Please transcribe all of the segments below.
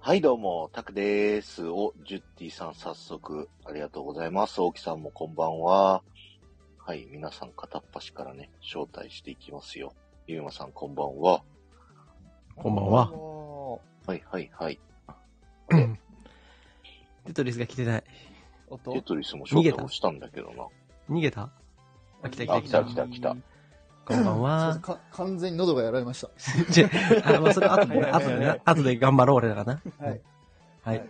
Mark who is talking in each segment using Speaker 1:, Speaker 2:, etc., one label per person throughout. Speaker 1: はい、どうも、タクです。お、ジュッティさん、早速、ありがとうございます。大木さんもこんばんは。はい、皆さん片っ端からね、招待していきますよ。ゆうまさん、こんばんは。
Speaker 2: こんばんは。
Speaker 3: お
Speaker 1: はい、はい、はい。
Speaker 2: テトリスが来てない。
Speaker 3: っと
Speaker 1: テトリスも招待をしたんだけどな。
Speaker 2: 逃げたあ来た
Speaker 1: 来た来た来た。
Speaker 2: こんばん
Speaker 3: そう
Speaker 2: は。
Speaker 3: か完全に喉がやられまし
Speaker 2: ちょあまあ、それ後でね、
Speaker 3: はいはい
Speaker 2: 後
Speaker 3: はい
Speaker 2: でな、後で頑張ろう、俺らがな。
Speaker 3: た。はい。
Speaker 2: はい。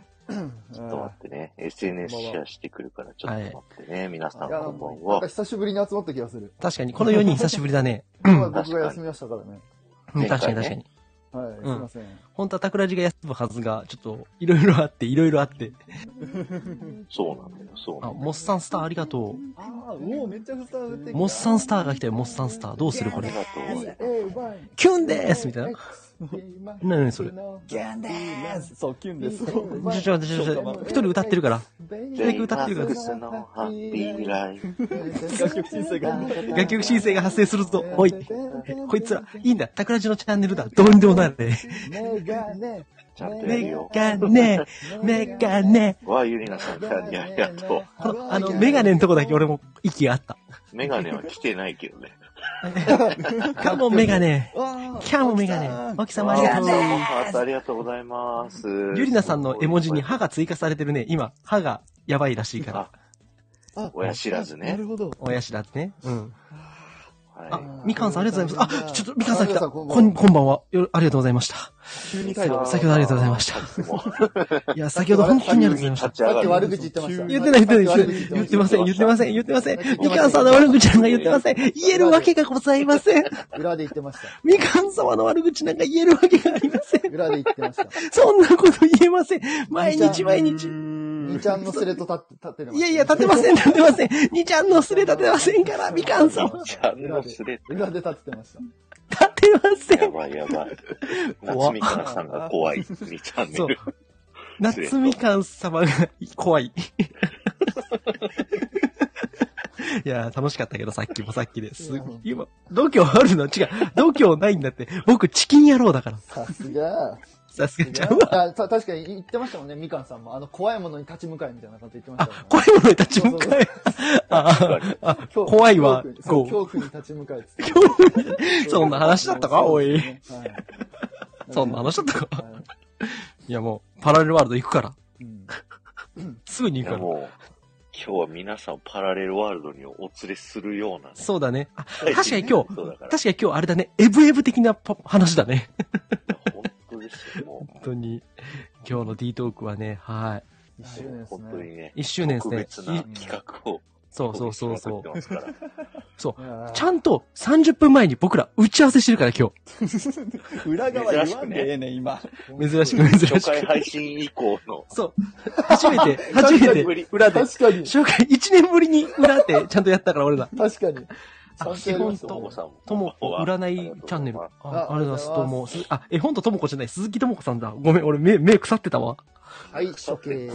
Speaker 1: ちょっと待ってね。SNS シェアしてくるから、ちょっと待ってね。皆さん、
Speaker 3: いや
Speaker 1: こんばん
Speaker 3: なんか
Speaker 1: は。
Speaker 3: 久しぶりに集まった気がする。
Speaker 2: 確かに、この4人久しぶりだね。
Speaker 3: 今日は僕が休みましたからね。
Speaker 2: うん
Speaker 1: 前回
Speaker 2: 確
Speaker 1: ね
Speaker 2: かに確かに。
Speaker 3: はい、すいません。
Speaker 2: 本当はタクラジが休むはずが、ちょっと、いろいろあって、いろいろあって。
Speaker 1: そうなんだよ、そうな
Speaker 2: あ、
Speaker 1: んだよ。
Speaker 2: モッサンスターありがと
Speaker 3: ああ、もうめっちゃくちゃ打って
Speaker 2: う。モッサンスターが来たよ、モッサンスター。どうするこ
Speaker 1: あ
Speaker 2: れ。
Speaker 1: りがとう。
Speaker 3: えー、うまい。
Speaker 2: キュンでーすみたいな。
Speaker 3: な。
Speaker 2: なにそれ。ち
Speaker 3: キュンでーすそう、キュンです。
Speaker 2: ょちょちょちょ、一人歌ってるから。
Speaker 1: ジェイ・
Speaker 2: 歌
Speaker 1: マ
Speaker 2: ってるから
Speaker 1: ックスのハッピーライフ。
Speaker 3: 楽曲申請が。
Speaker 2: 楽曲申請が発生するぞ。おい。こいつら、いいんだ。タクラジのチャンネルだ。どうにでもなるね。
Speaker 3: メガネ。
Speaker 1: ちゃんとやる
Speaker 2: メ
Speaker 1: よ。
Speaker 2: ガネ、メガネ。
Speaker 1: わあ、ゆりなさん、キャニャありがとう。
Speaker 2: この、あの、メガネのとこだけ俺も息が あった。
Speaker 1: メガネは来てないけどね。
Speaker 2: カモンメガネ。キャモンメガネ。
Speaker 3: ネ
Speaker 2: マキさんもありがとう
Speaker 1: あ。ーハートありがとうございます。
Speaker 2: ゆりなさんの絵文字に歯が追加されてるね。今、歯がやばいらしいから。
Speaker 1: 親知らずね
Speaker 3: なるほど。
Speaker 2: 親知らずね。うん。あ
Speaker 1: は、
Speaker 2: みかんさんありがとうございます。あ、ちょっとみかんさん来
Speaker 3: あ
Speaker 2: た。
Speaker 3: みかんさんこ
Speaker 2: こ
Speaker 3: んばん
Speaker 2: ん
Speaker 3: は
Speaker 2: こんばんは。よありがとうございました。
Speaker 3: 急に
Speaker 1: い。
Speaker 3: 帰る。
Speaker 2: 先ほどありがとうございました
Speaker 1: た。もう
Speaker 2: いや、先ほど本当にありがとうございました。
Speaker 1: 急に立ち上
Speaker 3: さ
Speaker 1: が
Speaker 3: っき
Speaker 1: る
Speaker 3: 悪口言ってました。
Speaker 2: 言ってない、言ってない、言ってません、言ってません、言ってません。みかんさんの悪口なんか言ってません。言えるわけがございません。
Speaker 3: 裏で言ってました。
Speaker 2: みかん様の悪口なんか言えるわけがありません。
Speaker 3: 裏で言ってました。
Speaker 2: そんなこと言えません。毎日毎日。
Speaker 3: 兄ちゃんのスレと立って、立ってる。
Speaker 2: いやいや、立てません、立てません。にちゃんのすれ立てませんから、みかんさんは。
Speaker 1: チャンネルすれ。
Speaker 3: 裏で立ってました。
Speaker 2: 立てませ
Speaker 1: や
Speaker 2: ん。
Speaker 1: ばいやばい。
Speaker 2: 怖
Speaker 1: 夏
Speaker 2: っ
Speaker 1: みかなさんが怖い。2チャンネ
Speaker 2: そう
Speaker 1: ル。。
Speaker 2: 夏みかん様が怖い。 いやー、楽しかったけど、さっきもさっきです。今、度胸あるの違う。度胸ないんだって。僕、チキン野郎だから。
Speaker 3: さすが。
Speaker 2: さすがちゃんは。
Speaker 3: あた確かに言ってましたもんね、みかんさんも。あの、怖いものに立ち向かいみたいな感じで言って
Speaker 2: あ
Speaker 3: ましたもんね。、
Speaker 2: 怖いものに立ち向かえ。ああ、あ
Speaker 3: 恐怖
Speaker 2: 怖いわ
Speaker 3: 恐、怖に
Speaker 2: こ
Speaker 3: 恐怖に立ち向かいっつって。
Speaker 2: う。そんな話だったかおい。
Speaker 3: はい。
Speaker 2: そんな話だったか
Speaker 3: はい
Speaker 2: や、もう、パラレルワールド行くから。
Speaker 3: うん
Speaker 2: すぐ に
Speaker 1: い
Speaker 2: 行く
Speaker 1: や
Speaker 2: から。
Speaker 1: もう、今日は皆さんをパラレルワールドにお連れするような。
Speaker 2: そうだね。あ、確かに今日、
Speaker 1: そうだから。
Speaker 2: 確かに今日あれだね、エブエブ的なパ話だね。
Speaker 1: 本当ですよ、もう。
Speaker 2: 本当に。今日の D トークはね、は
Speaker 3: 一周 年です
Speaker 1: 本当
Speaker 3: ね。
Speaker 1: にね
Speaker 2: い。。一周年
Speaker 1: 特
Speaker 2: です
Speaker 1: 別
Speaker 2: ね。
Speaker 1: ない企画を。
Speaker 2: そうそうそう
Speaker 1: お
Speaker 2: そ
Speaker 1: 送りして ますから
Speaker 3: いや
Speaker 2: う。
Speaker 3: ー
Speaker 2: ちゃんと30分前に僕ら打ち合わせしてるから今
Speaker 4: 裏側言わんでええねん、今。
Speaker 2: 日。珍しく珍
Speaker 1: 初
Speaker 2: しく。
Speaker 1: 回配信以降の。
Speaker 2: そう。初めて、初め
Speaker 1: ぶり
Speaker 2: て、裏で。
Speaker 3: 確かに。
Speaker 2: 紹介、1年ぶりに裏ってちゃんとやったから俺ら。
Speaker 3: 確かに。
Speaker 2: あ、
Speaker 3: ち
Speaker 2: 基
Speaker 3: ゃんとやりま
Speaker 2: 本
Speaker 3: すよ
Speaker 1: とも
Speaker 2: と、
Speaker 1: さんも。
Speaker 2: ともこ占いチャンネル。あ、ありがとうございます。どうも。すあ、絵本とともこじゃない、鈴木ともこさんだ。ごめん、俺目、目腐ってたわ。
Speaker 3: はい、処刑。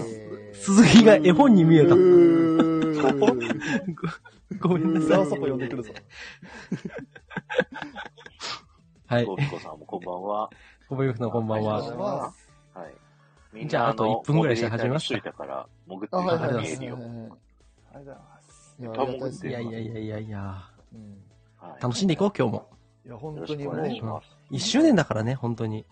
Speaker 2: 鈴木が絵本に見えた
Speaker 3: う。ーん
Speaker 2: ごめんな
Speaker 4: 裏
Speaker 2: さ
Speaker 4: を
Speaker 2: い。
Speaker 4: 外呼んでくるぞ。
Speaker 2: はい
Speaker 1: ト。ーコさんもこんばんは。
Speaker 2: 小林さん こんばん
Speaker 3: あり
Speaker 2: は
Speaker 3: がとうござ。います。
Speaker 1: はい。みんな
Speaker 2: じゃああと
Speaker 1: の
Speaker 2: 1分ぐらいして始めます
Speaker 1: モデレーターにしといたから、潜って
Speaker 3: あ、
Speaker 1: る
Speaker 3: は
Speaker 1: 人が見
Speaker 3: いはいはい。
Speaker 1: えるよ。
Speaker 4: ありがとうございます。
Speaker 3: いや
Speaker 1: 多分
Speaker 2: いやいやいやいやいや。
Speaker 3: うん
Speaker 1: はい
Speaker 2: 楽しんでいこう、今日も。
Speaker 3: いや、本
Speaker 1: よろ
Speaker 3: 当
Speaker 1: し
Speaker 3: に
Speaker 1: くお
Speaker 3: もう、
Speaker 1: 願い
Speaker 3: ね
Speaker 1: し、ます。
Speaker 2: 1周年だからね、本当に。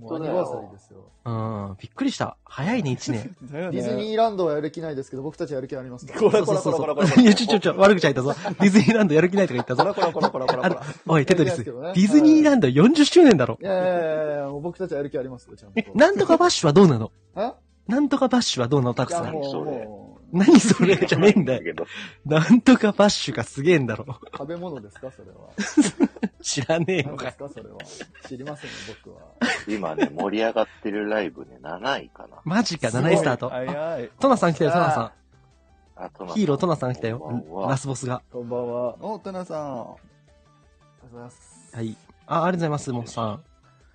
Speaker 3: もうアニバーサリーですよ。
Speaker 2: うん、びっくりした。早いね、1年。
Speaker 4: だよ
Speaker 3: ディズニ
Speaker 4: ね。
Speaker 3: ーランドはやる気ないですけど、僕たちやる気ありますから
Speaker 4: こら
Speaker 2: そうそう
Speaker 4: こ
Speaker 2: そ
Speaker 4: らこらこらこ
Speaker 2: う。
Speaker 4: ら
Speaker 2: いや、ちょちょちょ、悪口言ったぞ。ディズニーランドやる気ないとか言った
Speaker 4: こら
Speaker 2: ぞ。
Speaker 4: こらこらこらこらこら。
Speaker 2: おい、テトリス。
Speaker 3: やります
Speaker 2: デ
Speaker 3: けどね
Speaker 2: ィズニーランド40周年だろ
Speaker 3: い。やいやいやいや、もう僕たちやる気ありますよ、ちゃんと。
Speaker 2: え、なんとかバッシュはどうなの
Speaker 3: え
Speaker 2: なんとかバッシュはどうなのた
Speaker 3: い
Speaker 2: く
Speaker 3: や
Speaker 2: さ
Speaker 1: い
Speaker 2: ん
Speaker 3: も。う、
Speaker 1: それ
Speaker 3: もう
Speaker 2: 何それじゃねえんだよ。
Speaker 1: けど。
Speaker 2: なんとかバッシュがすげえんだろ。
Speaker 3: 食べ物ですか、それ は。
Speaker 2: 知らねえ
Speaker 3: 何
Speaker 2: のか
Speaker 3: で
Speaker 2: よ
Speaker 3: す。か、それは。知りませんよ、僕は。
Speaker 1: 今ね、盛り上がってるライブね、7位かな。
Speaker 2: マジか、
Speaker 3: すごい
Speaker 2: 7位スタート。あ
Speaker 4: 早い。
Speaker 2: トナさん来たよ、トナさ
Speaker 1: あと
Speaker 2: ん。ヒーロートナさん来たよ。ラ
Speaker 1: は
Speaker 2: スボスが。
Speaker 3: こんばんは。あり
Speaker 4: お、トナさん。
Speaker 3: がとうございます。
Speaker 2: はい。あ、ありがとうございます、モッさ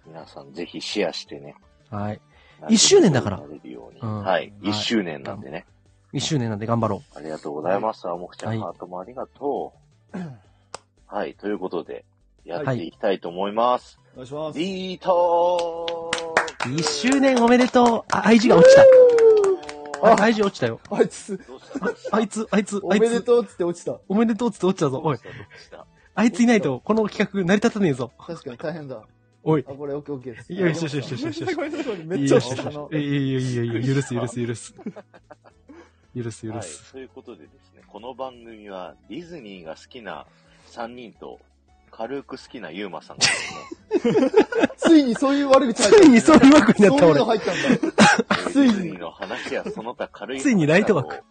Speaker 1: 皆さんぜひシェアしてね。
Speaker 2: ん。はい。一周年だから
Speaker 1: なれるように
Speaker 2: うん
Speaker 1: はい。
Speaker 2: はい
Speaker 1: 1周年なんでね。
Speaker 2: 1周年なんで頑張ろ
Speaker 1: ありがとうございます。あもくちゃ
Speaker 2: は
Speaker 1: ん、
Speaker 2: い
Speaker 1: ハートもありがとう。はい。ということで、やっていきたいと思います。
Speaker 3: お願いします。
Speaker 1: リートーク
Speaker 2: 1周年おめでとう。あ、IG が落ちた。あ、IG 落ちたよ。
Speaker 3: あいつ、
Speaker 1: どうしたどうした
Speaker 2: あいつ、あいつ、
Speaker 3: お
Speaker 2: あ
Speaker 3: め
Speaker 2: い
Speaker 3: で
Speaker 2: つ、
Speaker 3: とうっつって落ちた。
Speaker 2: おめでとうっつって落ちたぞ。
Speaker 1: ど
Speaker 2: お
Speaker 1: う
Speaker 2: い
Speaker 1: し、たどうした
Speaker 2: あいついないと、この企画成り立たねえぞ。
Speaker 3: 確かに大変だ。
Speaker 2: おい
Speaker 3: あ、。これオッケーオッケーです。
Speaker 2: よしよしよしよしよし。
Speaker 4: ごめんなさいごめんな
Speaker 2: い
Speaker 4: さいめっ
Speaker 2: い
Speaker 4: ちゃ
Speaker 2: よ
Speaker 4: 押した。あの
Speaker 2: いいよいいよいいよいいよ許す許す許す。許す許
Speaker 1: はい
Speaker 2: す。。
Speaker 1: ということでですね、この番組はディズニーが好きな3人と、軽く好きなユーマさんがですね、
Speaker 3: ついにそういう悪口入った。
Speaker 2: ついにそういう枠にな
Speaker 3: そ
Speaker 2: った
Speaker 3: ういうの入
Speaker 2: 俺。
Speaker 3: ったんだ。
Speaker 1: つ
Speaker 3: つ
Speaker 1: い
Speaker 3: い
Speaker 1: にデ
Speaker 3: に
Speaker 1: ィズニーの話やその他軽い
Speaker 2: ついにライト枠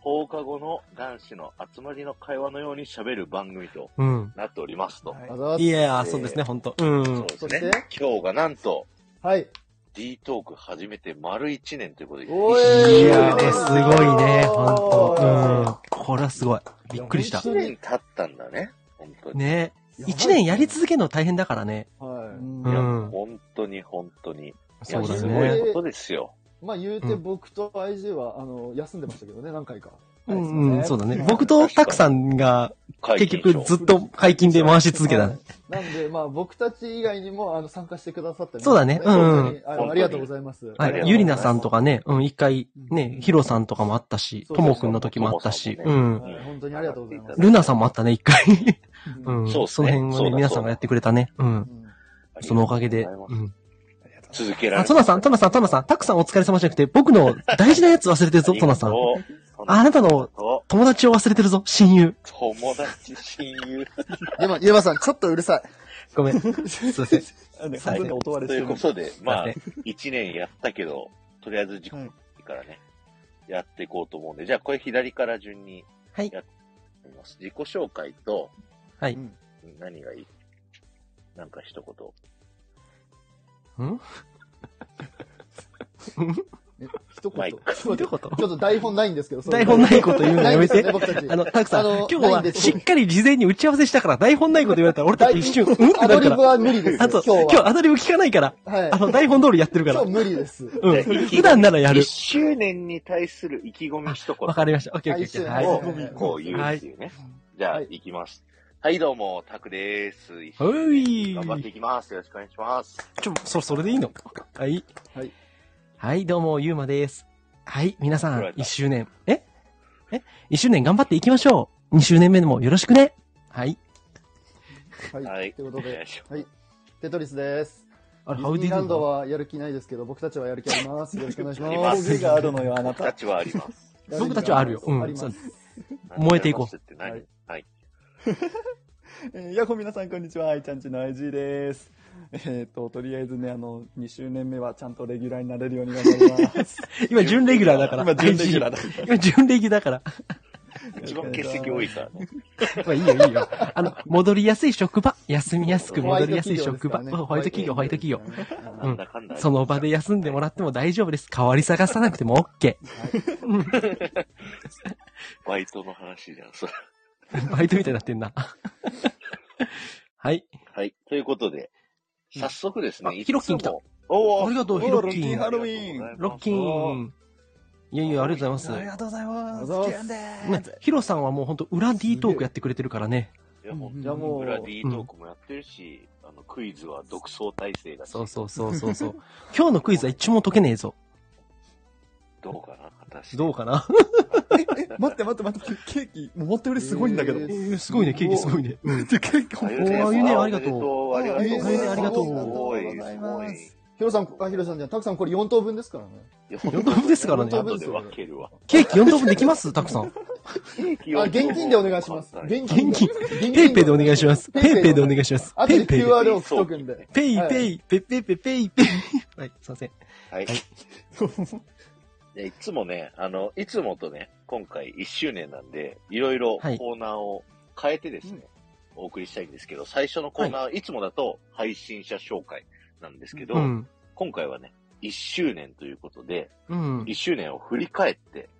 Speaker 1: 放課後の男子の集まりの会話のように喋る番組と
Speaker 2: うん。
Speaker 1: なっておりますと。
Speaker 4: はい
Speaker 3: ありがとうございます
Speaker 2: いやー、そうですね、ほんと。うん。
Speaker 1: そうですね
Speaker 3: そし。
Speaker 1: 今日がなんと、
Speaker 3: はい。
Speaker 1: D トーク始めて丸1年ということで、
Speaker 3: お
Speaker 2: いや
Speaker 3: え
Speaker 2: ー、
Speaker 3: ー
Speaker 2: すごいね、ほんと。
Speaker 3: お
Speaker 2: うん。これはすごい。びっくりした
Speaker 1: 1。年経ったんだね。本当に。
Speaker 2: ね
Speaker 3: やばい
Speaker 2: 一年やり続けるの大変だからね。
Speaker 3: は
Speaker 2: う
Speaker 1: いや
Speaker 2: ん。
Speaker 1: 本当に本当に。いや、
Speaker 2: そうだ
Speaker 1: す
Speaker 3: す
Speaker 1: ごい
Speaker 2: ね。
Speaker 1: ことですよ。
Speaker 3: い。まあ言うて
Speaker 2: うん
Speaker 3: 僕と IG は、あの、休んでましたけどね、何回か。
Speaker 2: うん、うん、そうだね
Speaker 4: は。い
Speaker 2: 僕とタクさんが
Speaker 1: 解
Speaker 2: 結
Speaker 1: 禁賞
Speaker 2: 局ずっと解禁で回し続けたね。
Speaker 3: はいなんで、まあ僕たち以外にも、あの、参加してくださったり
Speaker 2: そうだねうんうん
Speaker 3: 本当にあのありがとうございます。
Speaker 1: は
Speaker 2: はい
Speaker 1: あり
Speaker 2: い。
Speaker 1: がとうございます
Speaker 2: ゆりなさんとかね、うん、一回
Speaker 3: う
Speaker 2: ね
Speaker 3: ん、
Speaker 2: ヒロさんとかもあったし、
Speaker 3: そう
Speaker 2: ともくんの時もあったし、
Speaker 1: とも
Speaker 2: う
Speaker 1: さん
Speaker 2: ん。
Speaker 3: はい本当にありがとうございます。
Speaker 2: ルナさんもあったね、一回。 うん。
Speaker 1: そうっす
Speaker 2: そ
Speaker 1: ね
Speaker 2: の辺
Speaker 1: そ
Speaker 2: は
Speaker 1: う
Speaker 2: ね、
Speaker 1: だ
Speaker 2: 皆さんがやってくれたね。う。
Speaker 3: うんん
Speaker 2: そのおかげで。
Speaker 1: ありがとうご
Speaker 2: う
Speaker 1: ざいます
Speaker 2: ん。
Speaker 1: 続けられ
Speaker 2: あ、トナさん、トナさん、トナさん。タクさんお疲れ様じゃなくて、僕の大事なやつ忘れ てるぞ、トナさん。ああなたの友達を忘れてるぞ、親友。
Speaker 1: 友達、親友。
Speaker 3: でも、ゆばさん、ちょっとうるさい。
Speaker 2: ご めん。すいません。
Speaker 4: あの半分で音割
Speaker 1: と
Speaker 4: れ
Speaker 1: い
Speaker 4: し
Speaker 1: う
Speaker 4: て
Speaker 1: こと
Speaker 4: る。
Speaker 1: で、まあ
Speaker 2: すい、
Speaker 1: 1年やったけど、とりあえず時間からね、やっていこうと思うんで、じゃあこれ左から順に
Speaker 2: はい
Speaker 1: やってみます。自己紹介と、
Speaker 2: はい
Speaker 1: うん何がいいなんか一言。
Speaker 2: ん
Speaker 3: え一
Speaker 1: マ
Speaker 3: 言。
Speaker 1: イ
Speaker 3: ちょ
Speaker 1: ク
Speaker 3: っ
Speaker 2: どういう
Speaker 3: と
Speaker 2: こと
Speaker 3: ちょっと台本ないんですけど、それ
Speaker 2: 台本ないこと言うのやめて
Speaker 3: ないんですよね僕た
Speaker 2: あ
Speaker 3: ち。
Speaker 2: の、タクさん、
Speaker 3: あの
Speaker 2: 今日
Speaker 3: ないん
Speaker 2: は
Speaker 3: です
Speaker 2: しっかり事前に打ち合わせしたから、台本ないこと言われたら俺たち一瞬、うんって
Speaker 3: ア
Speaker 2: な
Speaker 3: ド
Speaker 2: る
Speaker 3: リ
Speaker 2: か
Speaker 3: ブ
Speaker 2: ら。
Speaker 3: は無理です。
Speaker 2: あと、
Speaker 3: 今
Speaker 2: 今
Speaker 3: 日
Speaker 2: 日
Speaker 3: は。
Speaker 2: アドリブ聞かないから、
Speaker 3: はい
Speaker 2: あ。の、台本通りやってるか
Speaker 3: 今
Speaker 2: ら
Speaker 3: 日。無理です。
Speaker 2: うん。
Speaker 1: じゃあ
Speaker 2: 普段ならやる
Speaker 1: 1。周年に対する意気込み一言
Speaker 2: わかりました。オッケーオッケーオッケー。
Speaker 3: は
Speaker 2: はいい。
Speaker 1: をこう言うっていうね。じゃあ、
Speaker 3: はい
Speaker 1: 行きます。はい、どうも、タクです。
Speaker 2: い
Speaker 1: 頑張っていきます。よろしくお願いします。
Speaker 2: ちょ、そ、それでいいのはい。
Speaker 3: はい。
Speaker 2: はい、どうも、ゆうまです。はい、皆さ
Speaker 1: 取ら
Speaker 2: ん
Speaker 1: れ、た
Speaker 2: 一周年。ええ一周年頑張っていきましょう。二周年目でもよろしくね。はい。
Speaker 1: は
Speaker 3: はいい。ということ
Speaker 1: お願い
Speaker 3: で
Speaker 1: し、ま
Speaker 3: はい。テトリスです。
Speaker 2: あ
Speaker 3: ディズニーランドはやる気ないですけど、僕たちはやる気あります。よろしくお願いし
Speaker 1: ありま
Speaker 3: ま
Speaker 4: ト
Speaker 3: す。
Speaker 4: ゲがあるのよ、あな
Speaker 1: 僕た
Speaker 4: た。
Speaker 1: ち はあります。
Speaker 2: 僕たちはあるようん
Speaker 3: あります。
Speaker 2: 燃えていこう
Speaker 1: う。って何はい。
Speaker 4: えーヤッホー皆さん、こんにちは。アイちゃんちの IG です。えっと、とりあえずね、あの、2周年目はちゃんとレギュラーになれるように頑張り ます。
Speaker 2: 今、準レギュラーだから。
Speaker 4: 今、準レギュラーだ。
Speaker 2: 今、準レギュだから。
Speaker 1: 一番欠席多いからね。
Speaker 2: まあいいよいいよ。あの、戻りやすい職場。休みやすく戻りやすい職場。ホ
Speaker 3: ホ
Speaker 2: ワ
Speaker 3: ワ
Speaker 2: イ
Speaker 3: イ
Speaker 2: ト
Speaker 3: ト企
Speaker 2: 企業、
Speaker 3: 業
Speaker 2: ホワイト企業。
Speaker 1: なんだかんだ。
Speaker 2: その場で休んでもらっても大丈夫です。代わり探さなくても OK。
Speaker 1: バイトの話じゃん、それ。
Speaker 2: バイトみたいになってんな。 はい。
Speaker 1: はい。ということで、早速です
Speaker 2: あ
Speaker 1: ね、
Speaker 2: ヒロキン来た
Speaker 1: いつもおー
Speaker 2: ありがとう
Speaker 1: おー
Speaker 2: ヒロキン
Speaker 1: ありがとうございます
Speaker 2: ロッキン。いやいや、ありがとうございま
Speaker 4: とうございま
Speaker 3: ありがとうございます
Speaker 4: キュンで
Speaker 2: す。ね、ヒロさんはもうほんと裏 D トークやってくれてるからね。
Speaker 1: いや、もう、
Speaker 3: じゃあもう、
Speaker 1: 裏 D トークもやってるし、あの、クイズは独創体制だし、
Speaker 2: そうそうそうそうそう。今日のクイズは一問解けねえぞ。
Speaker 1: どうかな、私。
Speaker 2: どうかな
Speaker 4: え、え、待って待って待って、ケーキ、思ったよりすごいんだけど。
Speaker 3: えー
Speaker 2: すごいね、ケーキすごいね。 うん。
Speaker 4: でケーキ
Speaker 1: あ
Speaker 4: ほん
Speaker 1: ゆ
Speaker 4: と
Speaker 1: うね
Speaker 2: おーあゆうねありがとう
Speaker 1: ありがとうございます。
Speaker 2: ありがとう
Speaker 1: すごい、すごい。
Speaker 3: ヒロさん、あ、ヒロさんじゃん。たくさんこれ4等分ですからね。
Speaker 1: いや
Speaker 2: 四等分ですからね
Speaker 1: 四等分ですよ後で分けるわ。
Speaker 2: ケーキ4等分できますたくさん。
Speaker 3: あ、現金でお願いします。現金。
Speaker 2: 現金
Speaker 3: 金
Speaker 2: ペイペイでお願いします。ペイペイでお願い
Speaker 3: し
Speaker 2: します。
Speaker 3: あと
Speaker 2: ペ
Speaker 3: で
Speaker 2: イペイで。
Speaker 3: QR を送っとくんで。
Speaker 2: ペイ
Speaker 3: はい
Speaker 2: ペイ、ペイペイペイペイペイ。はい、すいません。
Speaker 1: はい。でいつもね、あの、いつもとね、今回1周年なんで、いろいろコ
Speaker 2: はい
Speaker 1: ーナーを変えてですね、お送りしたいんですけど、最初のコーナー、い、つもだと配信者紹介なんですけど、
Speaker 2: うん。
Speaker 1: 今回はね、1周年ということで、
Speaker 2: うん
Speaker 1: 1。周年を振り返って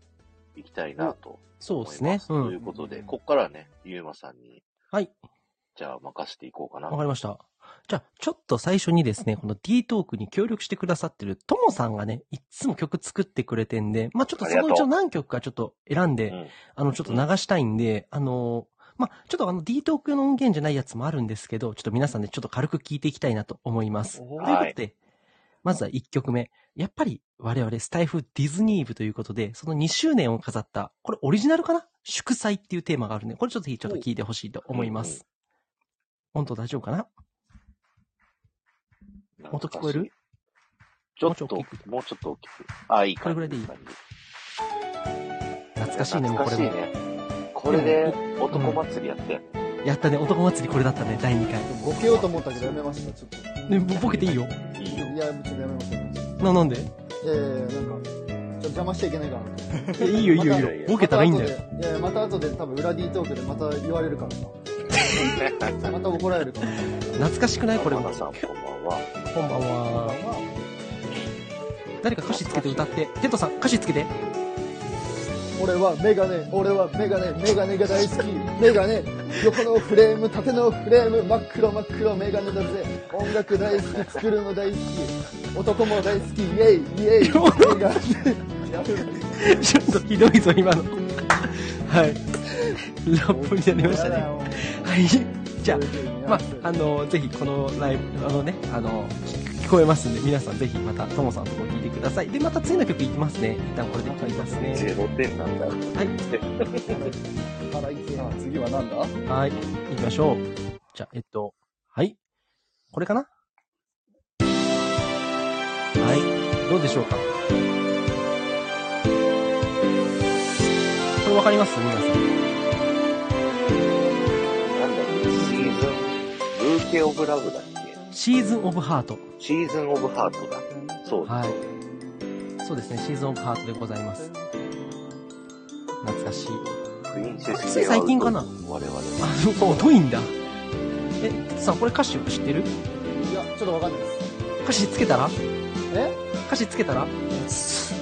Speaker 1: いきたいなと
Speaker 2: そう
Speaker 1: 思
Speaker 2: で
Speaker 1: い
Speaker 2: すね
Speaker 1: ま。す。
Speaker 2: う。
Speaker 1: というんことで、ここからはね、ゆうまさんに、
Speaker 2: はい。
Speaker 1: じゃあ任せていこうかな
Speaker 2: わ。かりました。じゃあ、ちょっと最初にですね、この D トークに協力してくださってるともさんがね、いっつも曲作ってくれてんで、まあちょっと
Speaker 1: あ
Speaker 2: そ
Speaker 1: り
Speaker 2: の
Speaker 1: が
Speaker 2: う
Speaker 1: と
Speaker 2: ち
Speaker 1: う
Speaker 2: の何曲かちょっと選んで、
Speaker 1: うん
Speaker 2: あの、ちょっと流したいんで、あのーまあちょっとあの D トーク用の音源じゃないやつもあるんですけど、ちょっと皆さんでちょっと軽く聞いていきたいなと思います。というこ
Speaker 1: はい
Speaker 2: とで、まずは1曲目。やっぱり我々スタイフディズニー部ということで、その2周年を飾った、これオリジナルかな祝祭っていうテーマがあるんで、これちょっとぜひちょっと聞いてほしいと思います。音頭大丈夫かな音聞こえる
Speaker 1: ちょっと、もうちょっと大きく。あ、いい
Speaker 2: これ
Speaker 1: 感
Speaker 2: ぐ
Speaker 1: じ。
Speaker 2: ら
Speaker 1: 感
Speaker 2: いでいい
Speaker 1: じ
Speaker 2: 懐かしいね、もうこ
Speaker 1: 懐
Speaker 2: れも。
Speaker 1: かしいね。これで男祭りやって。
Speaker 2: やったね、男祭りこれだったね、第2回。
Speaker 3: ボケようと思ったけどやめました、ちょっと。
Speaker 2: ね、ぼボケていいよ。
Speaker 1: いいよ。
Speaker 3: いや、ちょっとやめました。
Speaker 2: な、なんで
Speaker 3: いやいやいや、なんか、ちょっと邪魔しちゃいけないからなと。
Speaker 2: いやいいよ、いいよ、いいよ。ボケたらいいんだよ。
Speaker 3: よ。いやいや、また後で多分裏 D トークでまた言われるからな。また怒られるから。
Speaker 2: 懐かしくないこれ
Speaker 1: マ
Speaker 2: も。
Speaker 1: ナさん、こんばんは。
Speaker 2: こんばんは。誰か歌詞つけて歌って。テトさん、歌詞つけて。
Speaker 3: 俺はメガネ、俺はメガネ、メガネが大好き。メガネ、横のフレーム、縦のフレーム、真っ黒真っ黒メガネだぜ。音楽大好き、作るの大好き。男も大好き、イェイ、イェイ、メガネ。やめろ
Speaker 2: ちょっとひどいぞ、今の。 はい。ラップになりましたね。はい。じゃあ、まあ、あの、ぜひこのライブ、あのね、あの、聞聞こえますんで、皆さんぜひまた、ともさんとも聞いてください。で、また次の曲いきますね。一旦これで聞きますね。
Speaker 1: ゼロ点なんだ。
Speaker 2: はい。
Speaker 3: 腹いけ
Speaker 4: さあ次はなんだ
Speaker 2: はい。行きましょう。じゃあ、えっと、はい。これかなはい。どうでしょうかこれわかります皆さん。
Speaker 1: なんだっけシーズン、ブーケオブラブだっけ
Speaker 2: シーズンオブハート。
Speaker 1: シーズンオブハートだ。そうだ。
Speaker 2: はい。そうですね、シーズンオブハートでございます。懐かしい。
Speaker 1: プリンセス
Speaker 2: つい最近かな
Speaker 1: 我々。
Speaker 2: あ、そう、遅いんだ。え、さん、これ歌詞知ってる
Speaker 3: いや、ちょっとわかんないです。
Speaker 2: 歌詞つけたら
Speaker 3: え
Speaker 2: 歌詞つけたら
Speaker 3: ちょさ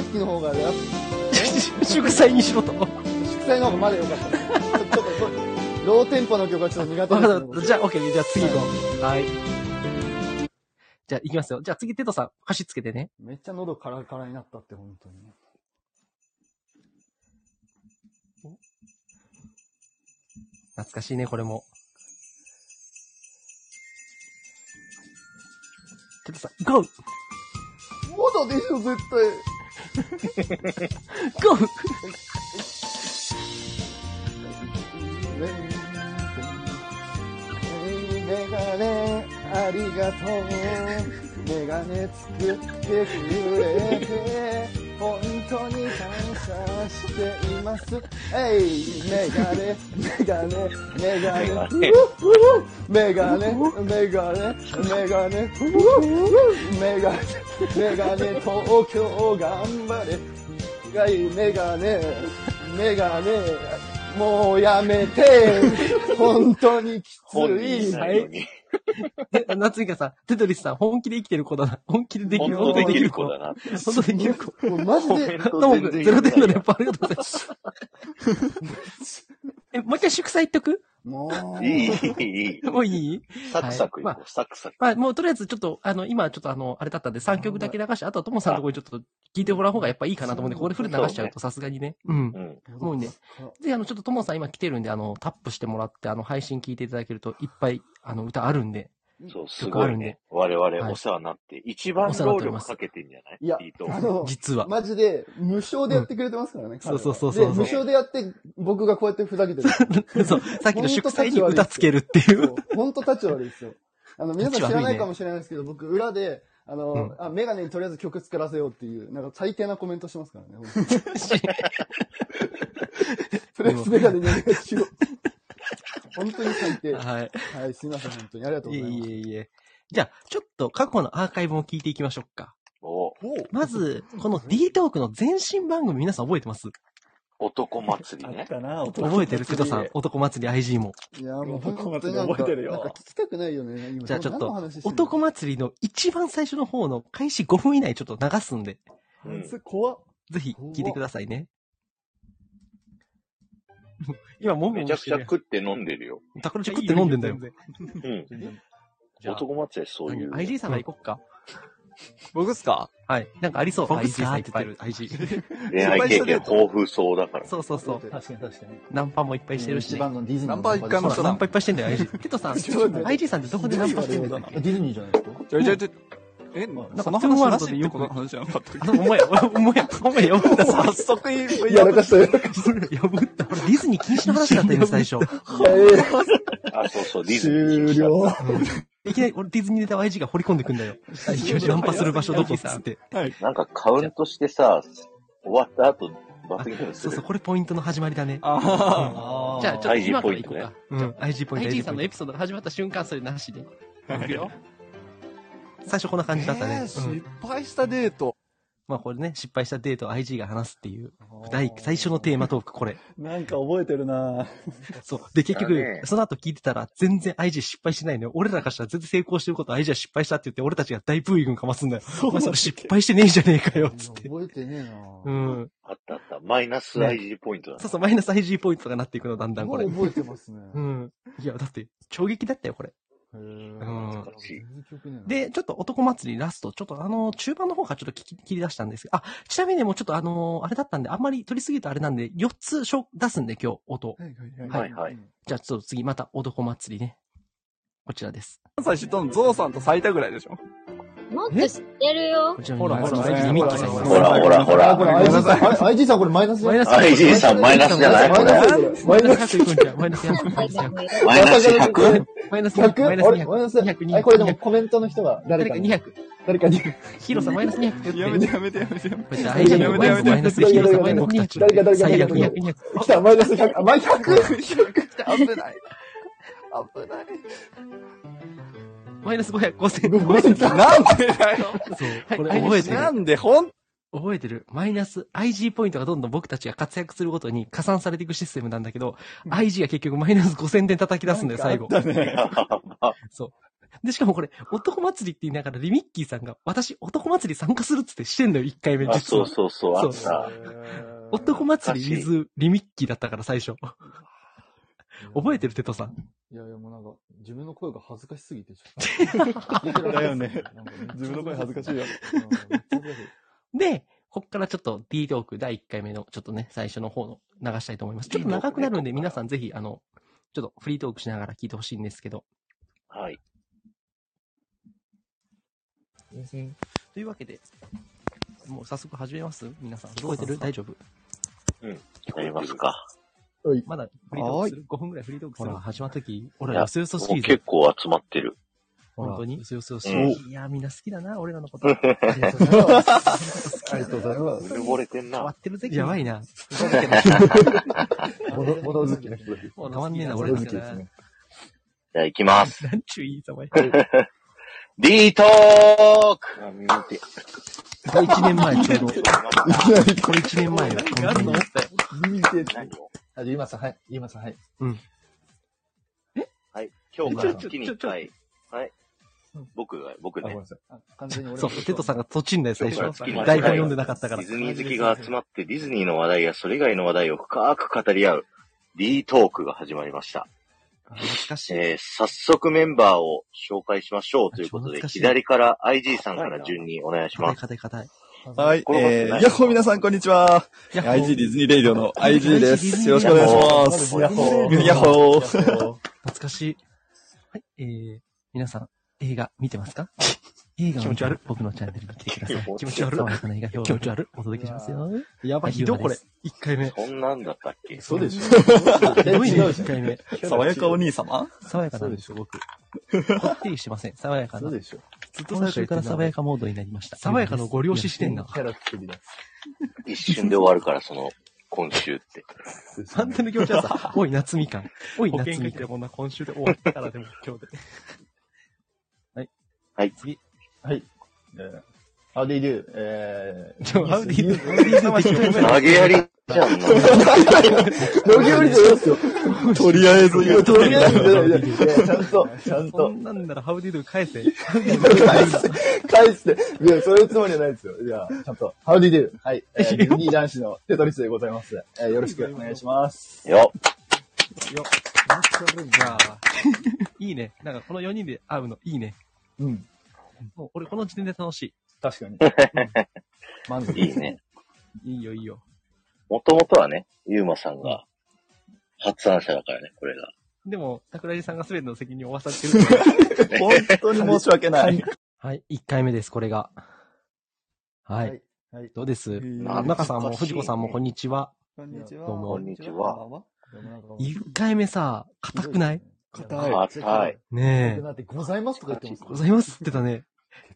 Speaker 3: っきの方が、や
Speaker 2: 祝祭にしろと。わ
Speaker 3: 宿題の方がまだ良かったです。ちょっとこれ、ローテンポの曲はちょっと苦手
Speaker 2: か
Speaker 3: です
Speaker 2: ったわ
Speaker 3: ね
Speaker 2: かっ
Speaker 3: 僕
Speaker 2: た。じゃあ、オッケー、じゃあ次行こう。はい。じゃあ、行きますよ。じゃあ次、テトさん、歌詞つけてね。
Speaker 3: めっちゃ喉カラカラになったって、本当に。
Speaker 2: 懐かしいね、これも。テトさん、ゴー
Speaker 3: まだでしょ、絶対。
Speaker 2: ゴー
Speaker 3: メガネ、ありがとう。メガネ作ってくれて、本当に感謝しています。えい、メガネ、メガネ、メガネ、メガネ、メガネ、メガネ、メガネ、メガネ、東京頑張れ。がいメガネ、メガネ、もうやめて、 本当にきつ
Speaker 1: 本人い
Speaker 3: い。
Speaker 1: ないのに。
Speaker 2: で夏井かさん、テトリスさん、本気で生きてる子だな。本気ででき
Speaker 1: 本
Speaker 2: る。
Speaker 1: 当できる子だな。
Speaker 2: 本当できる子。
Speaker 3: もうマジ
Speaker 1: コ
Speaker 3: で、
Speaker 1: メント
Speaker 2: どう
Speaker 1: 全
Speaker 2: も、
Speaker 1: 然
Speaker 2: ゼロ点の
Speaker 1: い
Speaker 2: レ
Speaker 1: い
Speaker 2: ッ
Speaker 1: よ
Speaker 2: プありがとうございます。え、もう一回祝祭言っとく
Speaker 3: もう、
Speaker 1: いい、いい、いい。
Speaker 2: もういい
Speaker 1: サクサクいこう、サクサク。
Speaker 2: まあ、もうとりあえずちょっと、あの、今ちょっとあの、あれだったんで、3曲だけ流して、あとはともさんのところにちょっと聞いてもらう方がやっぱいいかなと思うんで、ここでフル流しちゃうとさすがにね。うん
Speaker 1: う。ん。
Speaker 2: もうね。で、あの、ちょっとともさん今来てるんで、あの、タップしてもらって、あの、配信聞いていただけると、いっぱい、あの、歌あるんで。
Speaker 1: そう、すごいね。我々お世話になって、一番労力かけてんじゃない
Speaker 3: いや
Speaker 1: いいと、
Speaker 3: あ
Speaker 1: 思う。
Speaker 3: の、
Speaker 2: 実は。
Speaker 3: マジで、無償でやってくれてますからね。彼は
Speaker 2: そうそうそうそう
Speaker 3: で、無償でやって、僕がこうやってふざ けてる。
Speaker 2: そう。さっきの祝祭に歌つけるっていう。
Speaker 3: 本当立ち悪いですよ。あの、皆さん知ら
Speaker 2: 立ち悪
Speaker 3: ないい
Speaker 2: ね
Speaker 3: かもしれないですけど、僕、裏で、あの、
Speaker 2: うん
Speaker 3: あメガネにとりあえず曲作らせようっていう、なんか最低なコメントしてますからね本当 に。とりあえずメガネにお願いしよう。本当に最低。は
Speaker 2: はい。
Speaker 3: い、すいません、本当に。ありがとう
Speaker 2: い
Speaker 3: ご
Speaker 2: え
Speaker 3: ざいます。
Speaker 2: いえいえ。じゃあ、ちょっと過去のアーカイブも聞いていきましょうか。
Speaker 1: お
Speaker 2: まず、この D トークの前身番組皆さん覚えてます
Speaker 1: 男祭
Speaker 4: あ
Speaker 1: り
Speaker 4: っ
Speaker 1: ね。
Speaker 4: たな、男
Speaker 2: 覚えてる瀬戸さん、男祭り IG も。
Speaker 3: いや、もう本当になんか、
Speaker 4: 覚えてるよ
Speaker 3: なんか聞きたくないよね。今
Speaker 2: じゃあちょっ
Speaker 3: 何
Speaker 2: と
Speaker 3: の話してんの
Speaker 2: 男祭りの一番最初の方の開始5分以内ちょっと流すんで、
Speaker 1: う
Speaker 4: 祭り。
Speaker 1: ん
Speaker 4: それ怖っ。
Speaker 2: ぜひ聞いてくださいね。今、もぐ
Speaker 1: め
Speaker 2: も
Speaker 1: ち
Speaker 2: ぐ
Speaker 1: ゃ
Speaker 2: し
Speaker 1: く
Speaker 2: て
Speaker 1: ちゃ
Speaker 2: るや
Speaker 1: 食って飲んでるよ。
Speaker 2: ん。タクロチ食って飲んでんだ
Speaker 1: う
Speaker 2: よ。
Speaker 1: ん。
Speaker 2: じゃあ
Speaker 1: 男祭りはそういう。
Speaker 2: 何 ?IG さんが行こっか。
Speaker 5: 僕っすか
Speaker 2: はい。なんかありそう。
Speaker 5: 僕さ
Speaker 2: IG さん
Speaker 5: ー
Speaker 2: い
Speaker 5: っ
Speaker 2: ってぱいい
Speaker 5: 言
Speaker 2: る。IG。
Speaker 1: 恋愛経験豊富そうだから。
Speaker 2: そうそうそう。
Speaker 3: 確かに確かに。
Speaker 2: ナンパもいっぱいしてるし、
Speaker 3: 一
Speaker 2: ね。
Speaker 3: 番のディズニーの
Speaker 5: ナンパ一回
Speaker 2: ほ
Speaker 5: も
Speaker 2: ら、
Speaker 5: そう
Speaker 2: ナ
Speaker 5: だ
Speaker 2: ンパいっぱいしてんだよ、IG。テトさん、IG さんってどこでナンパしてんだよ。
Speaker 3: ディズニーじゃないですか
Speaker 5: ちょいちょいちょい。え、
Speaker 2: か
Speaker 5: その話なしってこの話じゃなかったっけ
Speaker 2: あお前、お前、お前、やぶったさ。
Speaker 5: 早速言う
Speaker 6: やらかした、やらかし
Speaker 2: やぶった。俺、ディズニー禁止の話だったよ、最初。
Speaker 6: た。え
Speaker 1: あ、そう そう、ディ
Speaker 6: ー
Speaker 1: ズニー。
Speaker 6: 終了。
Speaker 2: いきなり、俺、ディズニーネタを IG が掘り込んでくんだよ。ナンパする場所どこっつって。
Speaker 1: なんかカウントしてさ、終わった後、罰ゲームす
Speaker 2: そう
Speaker 1: る
Speaker 2: そう、。これポイントの始まりだね。
Speaker 5: あ
Speaker 3: あ
Speaker 2: じゃあ、ちょっと今から行こうか。
Speaker 5: イ
Speaker 2: うん、IG ポイント。
Speaker 7: IG さんのエ
Speaker 2: ピ
Speaker 7: ピソードが始まった瞬間、それなしで。
Speaker 5: あ。
Speaker 7: いくよ。
Speaker 2: 最初こんな感じだった
Speaker 5: え
Speaker 2: ね
Speaker 5: ー。
Speaker 2: うん
Speaker 5: 失敗したデート。
Speaker 2: まあこれね、失敗したデートを IG が話すっていう、第、最初のテーマトーク、これ。
Speaker 4: なんか覚えてるなぁ。
Speaker 2: そう。で、結
Speaker 1: だ
Speaker 2: 局
Speaker 1: ね、
Speaker 2: その後聞いてたら、全然 IG 失敗してないのよ。俺らからしたら全然成功してること IG は失敗したって言って、俺たちが大ブーイングかますんだよ。お前それ失敗してねえじゃねえかよ、つって。
Speaker 3: 覚えてねえ
Speaker 2: う
Speaker 3: なぁ。
Speaker 2: ん。
Speaker 1: あったあった。マイナス IG ポイントだ
Speaker 2: そうそう、マイナス IG ポイントとかなっていくの、だんだん
Speaker 3: も
Speaker 2: こ
Speaker 3: う
Speaker 2: れ。
Speaker 3: 覚えてますね。
Speaker 2: うん。いや、だって、衝撃だったよ、これ。
Speaker 3: へぇ
Speaker 2: うん
Speaker 3: ー。
Speaker 2: で、ちょっと男祭りラスト、ちょっとあの、中盤の方からちょっと聞き切り出したんですけど、あ、ちなみにねもうちょっとあの、あれだったんで、あんまり取りすぎるとあれなんで、4つしょ出すんで、今日、音。
Speaker 1: はいはい。
Speaker 2: じゃあ、ちょっと次、また男祭りね。こちらです。
Speaker 5: 最初とのゾウさんと咲いたぐらいでしょ
Speaker 8: もっと知ってるよ。
Speaker 2: こちら
Speaker 4: ほら
Speaker 2: まず
Speaker 4: ほら
Speaker 2: まず
Speaker 4: ほら
Speaker 2: ミッキーさん
Speaker 4: ほら
Speaker 1: ほらほらほ
Speaker 3: あ、これ
Speaker 1: ら。
Speaker 3: IG さん、IG さんこれマイナス
Speaker 2: マイナス
Speaker 1: あ IG さんマイナスじゃないこれ。
Speaker 2: マイナス100いくんじゃん。マイナス100。マイナス100。
Speaker 1: マイナス 100?
Speaker 2: マイナス
Speaker 3: 100?
Speaker 2: 100。マイナス
Speaker 3: あれマイナス
Speaker 2: 200。
Speaker 3: あ、これでもコメントの人が誰
Speaker 2: 誰か
Speaker 3: かに。
Speaker 2: 200。
Speaker 3: 誰か200。
Speaker 2: ヒロさんマイナス200って
Speaker 5: や
Speaker 2: 言
Speaker 5: め
Speaker 2: ってて。
Speaker 5: やめてやめてやめ
Speaker 2: こ
Speaker 5: て。
Speaker 2: れじゃ IG のマイナスマイナスヒロさんマイナス200。
Speaker 3: 誰か誰か
Speaker 2: 最
Speaker 3: 誰
Speaker 2: 悪
Speaker 3: か
Speaker 2: 200、200。
Speaker 3: 来た、マイナス100。あ、マイナス100。
Speaker 5: 危ない。危ない。
Speaker 2: マイナス500、5000。
Speaker 3: ごめんなさい
Speaker 5: なんでだよ。
Speaker 2: そう。これ覚えてる。
Speaker 5: なんでほん、
Speaker 2: 覚えてる。マイナス IG ポイントがどんどん僕たちが活躍するごとに加算されていくシステムなんだけど、IG が結局マイナス5000点叩き出すんだよ、最後。そう。で、しかもこれ、男祭りって言いながら、リミッキーさんが、私、男祭り参加するっつってしてんのよ、1回目、
Speaker 1: あ、
Speaker 2: 実
Speaker 1: そう
Speaker 2: は。
Speaker 1: そうそう、あった。
Speaker 2: 男祭り with リミッキーだったから、最初。覚えてる、テトさん。
Speaker 3: いやいや、もうなんか、自分の声が恥ずかしすぎて、ちょっと。
Speaker 4: だよね。自分の声恥ずかしいよ。
Speaker 2: で、こっからちょっと D トーク第1回目の、ちょっとね、最初の方の流したいと思います。ちょっと長くなるんで、皆さんぜひ、あの、ちょっとフリートークしながら聞いてほしいんですけど。
Speaker 1: はい。
Speaker 2: というわけで、もう早速始めます皆さん。覚えてる大丈夫
Speaker 1: やりますか。
Speaker 2: まだフリートークする ?5 分ぐらいフリートークするほら、始まった時、俺らよそよそし
Speaker 1: もう
Speaker 2: いぞ
Speaker 1: 結。構集まってる。
Speaker 2: ほら
Speaker 3: 本当に
Speaker 2: よそよそし
Speaker 1: うん
Speaker 2: い。いや、みんな好きだな、俺らのこと。ありがとうございます
Speaker 3: ありがとうございます
Speaker 1: う。ぬぼれてん
Speaker 2: 変わ
Speaker 1: な。
Speaker 2: ってるぜ、やばい な。
Speaker 3: もの、もの好きな人だけ。
Speaker 2: 変わんねえな、
Speaker 3: も
Speaker 2: 俺
Speaker 3: の
Speaker 2: ら
Speaker 3: 好
Speaker 2: だ
Speaker 3: きです
Speaker 2: な。
Speaker 3: ね。
Speaker 1: じゃあ行きます。
Speaker 2: なんちゅういい名前。
Speaker 1: D トークあ、見て。
Speaker 2: これ1年前、ちょうど。
Speaker 3: い
Speaker 2: こ
Speaker 3: きなり、
Speaker 2: れ1年前よ。本当に
Speaker 3: 見てて。
Speaker 1: 何を
Speaker 3: あ、ゆまさん、はい。ゆまさん、はい。
Speaker 1: はい。今日から月に1回。はい。僕が、僕
Speaker 3: あ、ごめん
Speaker 1: ね。
Speaker 3: なさい。あ完全に俺
Speaker 2: そう、テトさんがとちんだよ、最
Speaker 1: そう
Speaker 2: 初
Speaker 1: そうそう。
Speaker 2: 台本読んでなかった
Speaker 1: デ
Speaker 2: から
Speaker 1: ィ。ズニー好きが集まってディズニーの話題やそれ以外の話題を深く語り合う D トークが始まりました。
Speaker 2: 懐かしい。
Speaker 1: えー早速メンバーを紹介しましょうということで、
Speaker 2: 懐かしい
Speaker 1: 左から IG さんから順にお願いし
Speaker 2: 硬
Speaker 1: ま
Speaker 2: い
Speaker 1: す。
Speaker 2: 硬い硬い。
Speaker 4: はい、えー、ヤッホー皆さんこんにちは。
Speaker 2: いや
Speaker 4: IG ディズニーレイディオの IG です。よろしくお願いします。
Speaker 3: ヤッホー。
Speaker 4: ヤッホー。
Speaker 3: ー。
Speaker 2: 懐かしい。はい、えー、皆さん、映画見てますか映画を見て僕のチャンネルに来てください。
Speaker 1: 気
Speaker 2: 気
Speaker 1: 持
Speaker 2: 持
Speaker 1: ち
Speaker 2: ち
Speaker 1: 悪い
Speaker 2: 悪い。爽やかな映画表。気持ち悪い。お届けしますよ。やばい、ひどいこれ。1回目。ひ
Speaker 1: そんなんだったっけ
Speaker 3: そうでしょ。
Speaker 2: どいね、
Speaker 3: 違う
Speaker 2: 1回目。
Speaker 4: 爽やかお兄様
Speaker 2: 爽やかなんです、すごく。こってりしてません。爽やか
Speaker 3: そ
Speaker 2: な
Speaker 3: う。でしょ。
Speaker 2: ずっと最初から爽やかモードになりました。爽やかのご了承してんな
Speaker 3: キ。ャラ作りだ。
Speaker 1: 一瞬で終わるから、その、今週って。
Speaker 2: サンタの気持ちはさ、おい夏みかん。おい
Speaker 5: 保
Speaker 2: 夏
Speaker 5: 険か
Speaker 2: み
Speaker 5: け
Speaker 2: かん。
Speaker 5: てもんな、今週で終わったからでも今日で。
Speaker 3: はい。えーアディデュー、えー、
Speaker 2: ちょ、ハウディー、ハウディーって聞こえない
Speaker 1: 投げやりじゃん な。
Speaker 3: ロギオリじゃないですよ。
Speaker 4: とりあえず言うと
Speaker 3: とりあえず、いやいやいやちゃんと、ちゃん
Speaker 2: そ
Speaker 3: と、
Speaker 2: んなんならハウディード返せ。
Speaker 3: 返して、返して、いや、そういうつもりはないですよ。いや、ちゃんと、ハウディデュー、はい、えー、ディズニー男子のテトリスでございます。えー、よろしくお願いします。
Speaker 1: よ
Speaker 2: いいね。なんかこの4人で会うのいいね。
Speaker 3: うん。
Speaker 2: もう俺この時点で楽しい。
Speaker 3: 確かに。満足。
Speaker 1: いいね。
Speaker 2: いいよ、いいよ。
Speaker 1: もともとはね、ゆうまさんが発案者だからね、これが。
Speaker 2: でも、桜井さんが全ての責任を負わされてるから。
Speaker 4: 本当に申し訳ない。
Speaker 2: はい、1回目です、これが。はい。
Speaker 4: はいはい
Speaker 2: どうです
Speaker 4: まあ
Speaker 2: 中さんも
Speaker 1: 難しい
Speaker 2: 藤子さんもこんにちは。
Speaker 4: こんにちは。
Speaker 2: どうも
Speaker 1: こんにちは。
Speaker 2: 1回目さ、硬くない
Speaker 4: 硬い。
Speaker 1: 硬い。
Speaker 2: ね
Speaker 3: だって、ございますとか言ってます。
Speaker 2: え。ございますって言ったね。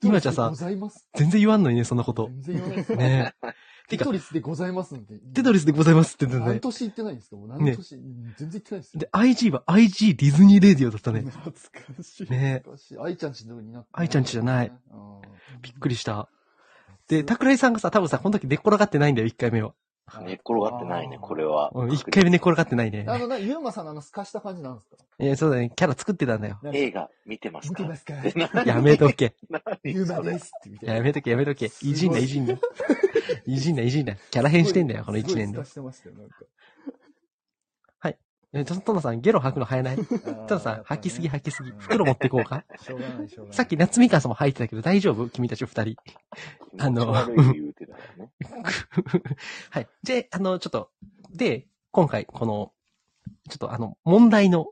Speaker 2: 今じゃさ
Speaker 3: ございます。
Speaker 2: 全然言わんのにね、そんなこと。
Speaker 3: 全然言わないです。
Speaker 2: ねえ。て
Speaker 3: テ
Speaker 2: か
Speaker 3: トリスでございますなんて。
Speaker 2: テトリスでございますって言ってた
Speaker 3: 何
Speaker 2: ね。
Speaker 3: 年行ってないんですかもう何年、全然行ってないですよ。
Speaker 2: で、IG は IG ディズニーレディオだったね。
Speaker 3: 懐かしい。
Speaker 2: ね
Speaker 3: 懐かしい。愛ちゃんちのようになって。
Speaker 2: 愛ちゃんちじゃない
Speaker 3: うん。
Speaker 2: びっくりした。で、桜井さんがさ、多分さ、この時寝っ転がってないんだよ、1回目は。
Speaker 1: 寝っ転がってないね、これは。
Speaker 2: うん、1回目寝っ転がってないね。
Speaker 3: あの、な、ゆうまさんのあの、透かした感じなんですか
Speaker 2: えそうだね、キャラ作ってたんだよ。
Speaker 1: 映画見てます
Speaker 3: 見て
Speaker 1: か
Speaker 3: ますか
Speaker 2: やめとけ。
Speaker 3: ゆうま
Speaker 1: それ
Speaker 3: ですって、みたいな。
Speaker 2: やめとけ、やめとけ。いじんな、いじんな。いじんな、いじんな。キャラ変してんだよ、この1
Speaker 3: す
Speaker 2: 年
Speaker 3: ご
Speaker 2: で
Speaker 3: い透か。してましたよ、なんか。
Speaker 2: え、トトナさん、ゲロ吐くの早ないト ナさん、
Speaker 3: は
Speaker 2: 吐きすぎ、吐きすぎ
Speaker 3: う。ん
Speaker 2: 袋持ってこうか
Speaker 3: しょうがない、しょうがない。
Speaker 2: さっき、夏みかんさんも吐いてたけど、大丈夫君たち二人。あの
Speaker 1: 気持ち悪い言うてたからね。
Speaker 2: はい。で、あの、ちょっと、で、今回、この、ちょっとあの、問題の、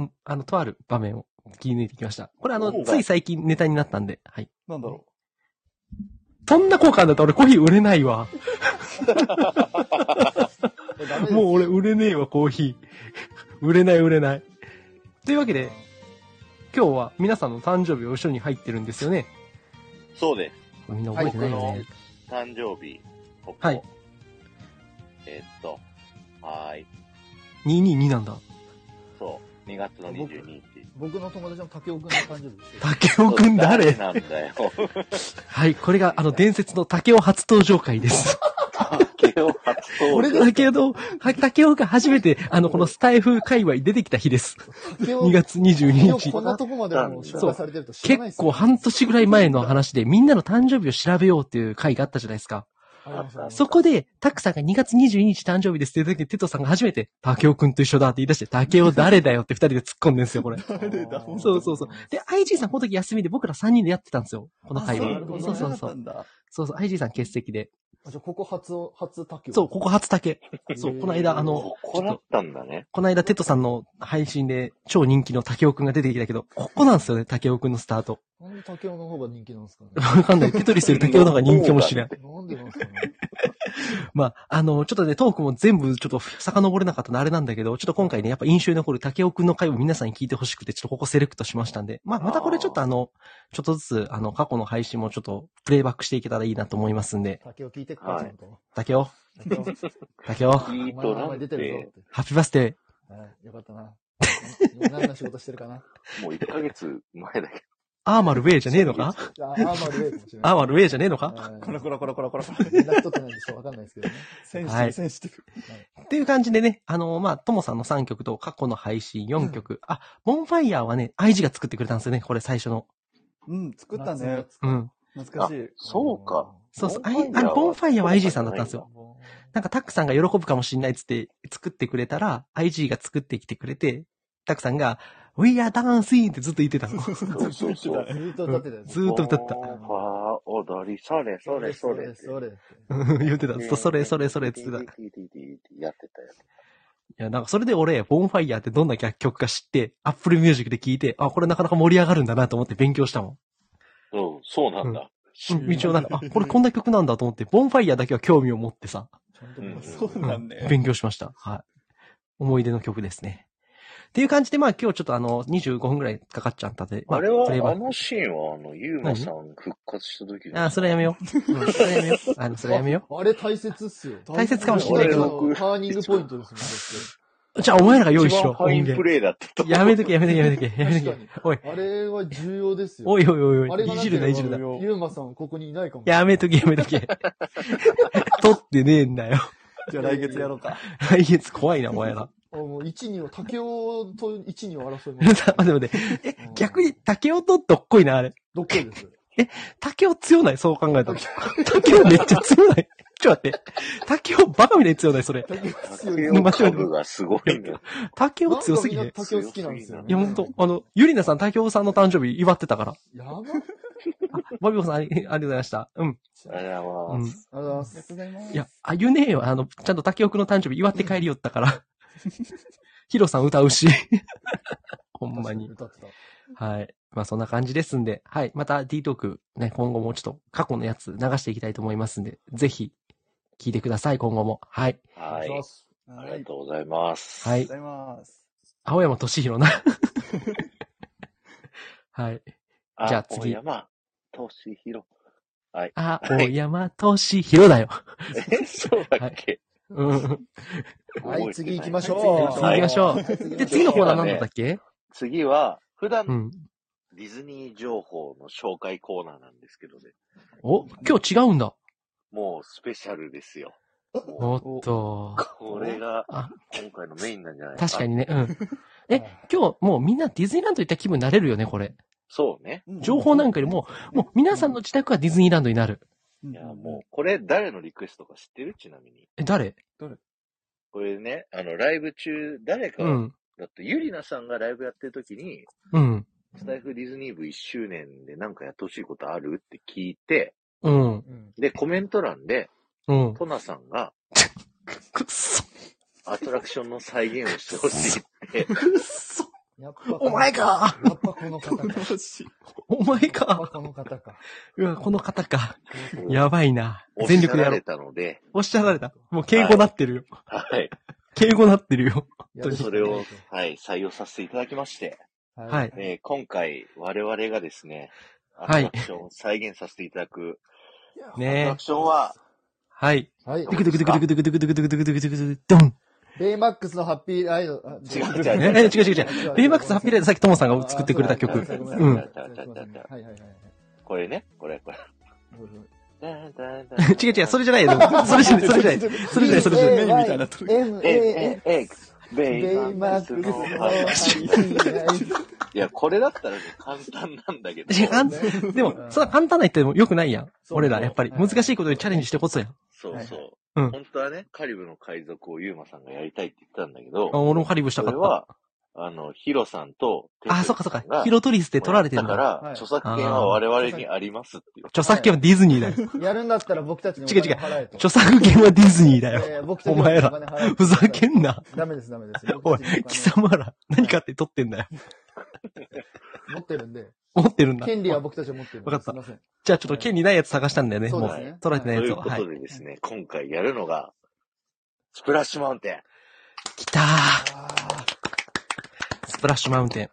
Speaker 2: んあの、とある場面を切り抜いてきました。これあ
Speaker 1: お
Speaker 2: の、
Speaker 1: う
Speaker 2: つい最近ネタになったんで、はい。
Speaker 4: なんだろ
Speaker 2: そんな効果あんだったら俺コーヒー売れないわ。もう俺売れねえわ、コーヒー。売れない、売れない。というわけで、今日は皆さんの誕生日を一緒に入ってるんですよね。
Speaker 1: そうです。
Speaker 2: これみんな覚えてないよね。
Speaker 1: はい誕生日、ここ。
Speaker 2: はい
Speaker 1: えーっと、はーい。
Speaker 2: 222なんだ。
Speaker 1: そう。2月の22日。
Speaker 3: 僕の友達の竹尾くんの誕生日ですよ。
Speaker 2: 竹尾くん誰
Speaker 1: なんだよ。
Speaker 2: はい、これがあの伝説の竹尾初登場会です。
Speaker 1: 竹を初登場。
Speaker 2: だけど、は竹尾が初めて、あの、このスタイフ界隈に出てきた日です。
Speaker 3: 竹尾
Speaker 2: 2月22日
Speaker 3: こ。んなとこまでもう紹介されてると知らない
Speaker 2: 結
Speaker 3: ですよ
Speaker 2: 構半年ぐらい前の話で、みんなの誕生日を調べようっていう会があったじゃないですか。
Speaker 3: ありました
Speaker 2: そこで、タクさんが2月22日誕生日ですって言った時に、テトさんが初めて、竹尾くんと一緒だって言い出して、竹尾誰だよって二人で突っ込んでんですよ、これ。
Speaker 4: う。誰だ
Speaker 3: そう
Speaker 2: そうそうそう。で、IG さんこの時休みで僕ら3人でやってたんですよ、この会
Speaker 1: あ
Speaker 2: 話
Speaker 1: なるほ。ど
Speaker 2: そうそうそう。そうそう、IG さん欠席で。
Speaker 3: あじゃあ、ここ初、初竹尾。
Speaker 2: そう、ここ初竹。そ
Speaker 3: へ
Speaker 2: う、
Speaker 3: ー
Speaker 2: この間、あの、
Speaker 1: ここだったんだね。
Speaker 2: この間、テトさんの配信で超人気の竹尾くんが出てきたけど、ここなんですよね、竹尾くんのスタート。。
Speaker 3: なんで竹尾の方が人気なんですかね
Speaker 2: わかんない。テトリスより竹尾の方が人気かもしれん。
Speaker 3: なんでなんですかね。
Speaker 2: まあ、あの、ちょっとね、トークも全部ちょっと遡れなかったのあれなんだけど、ちょっと今回ね、やっぱ印象に残る竹尾くんの回を皆さんに聞いてほしくて、ちょっとここセレクトしましたんで、まあ、またこれちょっとあの、ちょっとずつ、あの、過去の配信もちょっとプレイバックしていけたらいいなと思いますんで、
Speaker 3: 竹尾聞いてっか、ちゃんと。
Speaker 2: 竹尾、
Speaker 3: 竹尾
Speaker 2: 竹尾、ハ
Speaker 1: いい
Speaker 3: お前
Speaker 1: と
Speaker 3: の名
Speaker 1: な
Speaker 3: 前
Speaker 1: ん
Speaker 3: 出てる
Speaker 1: て、
Speaker 3: ぞって。
Speaker 2: ッピーバースデ
Speaker 3: はいよかったな。何の仕事してるかな。
Speaker 1: もう1ヶ月前だけ
Speaker 2: ー、アーマルウェイじゃねえのか
Speaker 3: あ、アーマルウェイかも しれない。
Speaker 2: アーマルウェイじゃねえのか
Speaker 3: はい
Speaker 4: こらこらこらこらこら。
Speaker 3: 連絡取ってないんでしょわかんないですけどね。
Speaker 4: センシティ
Speaker 2: は
Speaker 4: ブ、
Speaker 2: い
Speaker 4: センシティブ。
Speaker 2: っていう感じでね、あのまあ、ともさんの3曲と過去の配信4曲。あ、ボンファイヤーはね、IG が作ってくれたんですよね、これ最初の。
Speaker 4: うん、作ったね。
Speaker 2: うん。
Speaker 4: 懐かしい。
Speaker 1: そうか。
Speaker 2: そうそう。あい
Speaker 1: ボンファイヤーは
Speaker 2: あのボンファイヤーは IG さんだったんです
Speaker 3: あ
Speaker 2: よ。なんかタクさんが喜ぶかもしんないっつって作ってくれたら、IG が作ってきてくれて、タクさんが、We are dancing ってずっと言ってたの。 ず
Speaker 1: ど。そうそうそう。
Speaker 3: ずっと歌ってたやつ。
Speaker 2: ーっと歌ってた。
Speaker 1: ファ踊り、それそれそれ。
Speaker 3: それ。
Speaker 2: うん言ってた。ずっとそれそれそれっつってた。い
Speaker 1: やってたよ。
Speaker 2: や、なんかそれで俺、ボンファイヤーってどんな楽曲か知って、Apple Music で聞いて、あ、これなかなか盛り上がるんだなと思って勉強したもん。
Speaker 1: うん、そうなんだ。
Speaker 2: うん一応なんか、あ、これこんな曲なんだと思って、ボンファイヤーだけは興味を持ってさ、
Speaker 1: うん
Speaker 4: そうなんね。
Speaker 2: 勉強しました。はい。思い出の曲ですね。っていう感じで、まあ今日ちょっとあの、25分くらいかかっちゃったんで、ま
Speaker 1: あれは、
Speaker 2: プレイバ
Speaker 1: あ
Speaker 2: ッ
Speaker 1: のシーンは、あの、ゆうまさん復活した時
Speaker 2: クあ、それはやめよう。うんそれはやめよう。あの、それはやめよ
Speaker 3: あれ大切っすよ。
Speaker 2: 大切かもしれないけど
Speaker 3: あのターニングポイントです
Speaker 2: う。じゃあお前らが用意
Speaker 1: 一
Speaker 2: しろ
Speaker 1: 番、ファイ
Speaker 2: 音
Speaker 1: ンプ
Speaker 2: 源。
Speaker 1: レイだったと。
Speaker 2: やめとけ、やめとけ、やめとけ、やめとけ
Speaker 3: 確。
Speaker 2: おい、
Speaker 3: もん、あれは重要ですよ。
Speaker 2: おいおいおい
Speaker 3: あ
Speaker 2: お
Speaker 3: れ
Speaker 2: い、
Speaker 3: が
Speaker 2: い
Speaker 3: な
Speaker 2: じ
Speaker 3: け
Speaker 2: る
Speaker 3: れ
Speaker 2: な、
Speaker 3: ば
Speaker 2: いじるな。
Speaker 3: ゆうまさんここにいないかも。
Speaker 2: やめとけ、やめとけ。取ってねえんだよ。
Speaker 4: じゃあ来月やろうか。
Speaker 2: 来月怖いな、お前ら。
Speaker 3: あもう1、2を、竹雄と1、2を争います。
Speaker 2: 待って待って。え、逆に竹雄とどっこいな、あれ。
Speaker 3: どっこいです。
Speaker 2: 竹雄強ないそう考えたら。 竹雄めっちゃ強ない。ちょっと待って。竹雄バカみたいに強ない、それ。
Speaker 3: 竹雄強い。
Speaker 1: 竹尾株がすごいんだよ。
Speaker 2: 竹雄強すぎ
Speaker 3: なん
Speaker 2: ね
Speaker 3: か。みんな竹雄好きなんですよね。
Speaker 2: いや、ほんと、あの、ゆりなさん竹雄さんの誕生日祝ってたから。
Speaker 3: やば
Speaker 2: バビコさんあり、ありがとうございました。うん。
Speaker 1: ありがとうござ
Speaker 2: う
Speaker 1: いま
Speaker 2: ん
Speaker 1: す。。
Speaker 3: ありがとうございます。
Speaker 2: いや、あゆねえよ。あの、ちゃんと竹尾くんの誕生日祝って帰りよったから。 ヒロさん歌う し。ほんまに。
Speaker 3: 歌ってた。
Speaker 2: はい。まあそんな感じですんで、はい。また D トークね、今後もちょっと過去のやつ流していきたいと思いますんで、ぜひ聞いてください、今後も。はい。
Speaker 1: はい。ありがとうございます。
Speaker 2: は
Speaker 4: あり
Speaker 2: い
Speaker 4: が。とうございます。
Speaker 2: 青山敏弘 な。はい。じゃあ次
Speaker 1: 青山、としひ ろ。
Speaker 2: あ、青山敏弘だよ。
Speaker 1: え、そうだっけ、
Speaker 2: うん。
Speaker 1: 覚えてな
Speaker 3: は
Speaker 1: い
Speaker 3: い、次行きましょう。
Speaker 2: 次行きましょう。で、次のコーナー何だったっけ
Speaker 1: 次は、普段
Speaker 2: う
Speaker 1: の
Speaker 2: ん。
Speaker 1: ディズニー情報の紹介コーナーなんですけどね。
Speaker 2: お、今日違うんだ。
Speaker 1: もうスペシャルですよ。もう
Speaker 2: おっと。
Speaker 1: これが
Speaker 2: あ
Speaker 1: 今回のメインなんじゃない
Speaker 2: 確か。にね。うん。え、今日もうみんなディズニーランド行った気分になれるよね、これ。
Speaker 1: そうね。
Speaker 4: うん
Speaker 2: 情報なんかよりも、もう皆さんの自宅はディズニーランドになる。
Speaker 4: う
Speaker 1: い
Speaker 4: ん
Speaker 1: や、もう、これ誰のリクエストか知ってるちなみに。
Speaker 2: え、誰
Speaker 1: これね、あの、ライブ中、誰か、
Speaker 2: うん。
Speaker 1: だって、ゆりなさんがライブやってる時に、
Speaker 2: うん。
Speaker 1: スタイフディズニー部1周年でなんかやってほしいことあるって聞いて、
Speaker 2: うん。
Speaker 1: で、コメント欄で、
Speaker 2: うん。
Speaker 1: トナさんが
Speaker 2: くっそ。
Speaker 1: アトラクションの再現をしてほしい。
Speaker 2: くっそ。
Speaker 3: やっぱ
Speaker 2: お前か
Speaker 3: やっぱこの方か。やっ
Speaker 2: お前
Speaker 3: ぱ
Speaker 2: か。
Speaker 3: この方か。
Speaker 2: うわ、この方か。やばいな。全力でやろ
Speaker 1: おっしゃられ
Speaker 2: う。
Speaker 1: たので、
Speaker 2: おっしゃられた。もう敬語なってるよ。
Speaker 1: はい。
Speaker 2: 敬語なってるよ。
Speaker 3: やる し
Speaker 1: そ
Speaker 3: か
Speaker 1: れ
Speaker 3: ない
Speaker 1: を、はい、採用させていただきまして、
Speaker 3: と。
Speaker 2: はい。
Speaker 1: えー今回、我々がですね、ア
Speaker 2: は
Speaker 1: ト
Speaker 2: い
Speaker 1: ラクションを再現させていただく、アトラ
Speaker 2: ね
Speaker 1: クションは、
Speaker 2: はい。
Speaker 3: はい
Speaker 2: ド。ゥクドゥクドゥクドゥクドゥクドゥクドゥクドゥクドゥクドゥクドゥン。
Speaker 3: ベイマックスのハッピーライド。あ
Speaker 1: 違う
Speaker 2: え、違う違う違う。ベイマックスハッピーライドさっきトモさんが
Speaker 3: あ
Speaker 2: 作ってくれた曲。
Speaker 3: そうです
Speaker 2: うん
Speaker 3: そうですそうですはいはいはいはい。
Speaker 1: これね、これ、 これ。
Speaker 2: 違う違う、それじゃないよ。で もそれじゃない、それじゃない。それじゃない、それじゃない。
Speaker 3: メインみたいになっる。M,
Speaker 1: え、
Speaker 3: A,
Speaker 1: え、え、ベ
Speaker 3: ベ
Speaker 1: イ
Speaker 3: イ
Speaker 1: マ
Speaker 3: マ
Speaker 1: ッ
Speaker 3: ッ
Speaker 1: ク
Speaker 3: ク
Speaker 1: ス
Speaker 3: ス
Speaker 1: の
Speaker 3: の
Speaker 1: ハ
Speaker 3: ハ
Speaker 1: ッピー
Speaker 3: ッピーライド。
Speaker 1: いや、これだったらね、簡単なんだけど。
Speaker 2: 違うでも、そんな簡単な言っても良くないやん。
Speaker 1: そう
Speaker 2: 俺ら、やっぱり。
Speaker 3: はい
Speaker 2: 難しいことにチャレンジしてこそやん。
Speaker 1: そうそう。
Speaker 2: はいうん
Speaker 1: 本当はね、カリブの海賊をユーマさんがやりたいって言ってたんだけど、
Speaker 2: あ俺もカリブした
Speaker 1: そ
Speaker 2: かっ
Speaker 1: れ
Speaker 2: た。
Speaker 1: は、あの、ヒロさんと、
Speaker 2: あ、そっかそっか。ヒロトリスで取られてるん
Speaker 1: だか
Speaker 2: だ。
Speaker 1: ら、
Speaker 3: はい
Speaker 1: 著作権は我々にありますっていう。
Speaker 2: 著作権はディズニーだよ。
Speaker 3: やるんだったら僕たちにお金払えと。
Speaker 2: 著作権はディズニーだよ。
Speaker 3: えー僕たち
Speaker 2: お
Speaker 3: に
Speaker 2: 前ら
Speaker 3: お金払えと。
Speaker 2: ふざけんな。
Speaker 3: ダメです、ダメです。
Speaker 2: おい
Speaker 3: 僕たちに、お金
Speaker 2: 貴様ら、何買って取ってんだよ。
Speaker 3: 持ってるんで、
Speaker 2: 持ってるんだ。
Speaker 3: 権利は僕たちは持ってるんで。
Speaker 2: わかった
Speaker 3: すいません。
Speaker 2: じゃあちょっと権利ないやつ探したんだよね。
Speaker 3: そう
Speaker 2: も
Speaker 3: ですね
Speaker 2: う、取られてない
Speaker 1: と
Speaker 2: や
Speaker 1: いう
Speaker 2: つを。
Speaker 1: こ
Speaker 2: はい
Speaker 1: と。でですね、今回やるのが、スプラッシュマウンテン。
Speaker 2: 来たー。スプラッシュマウンテン。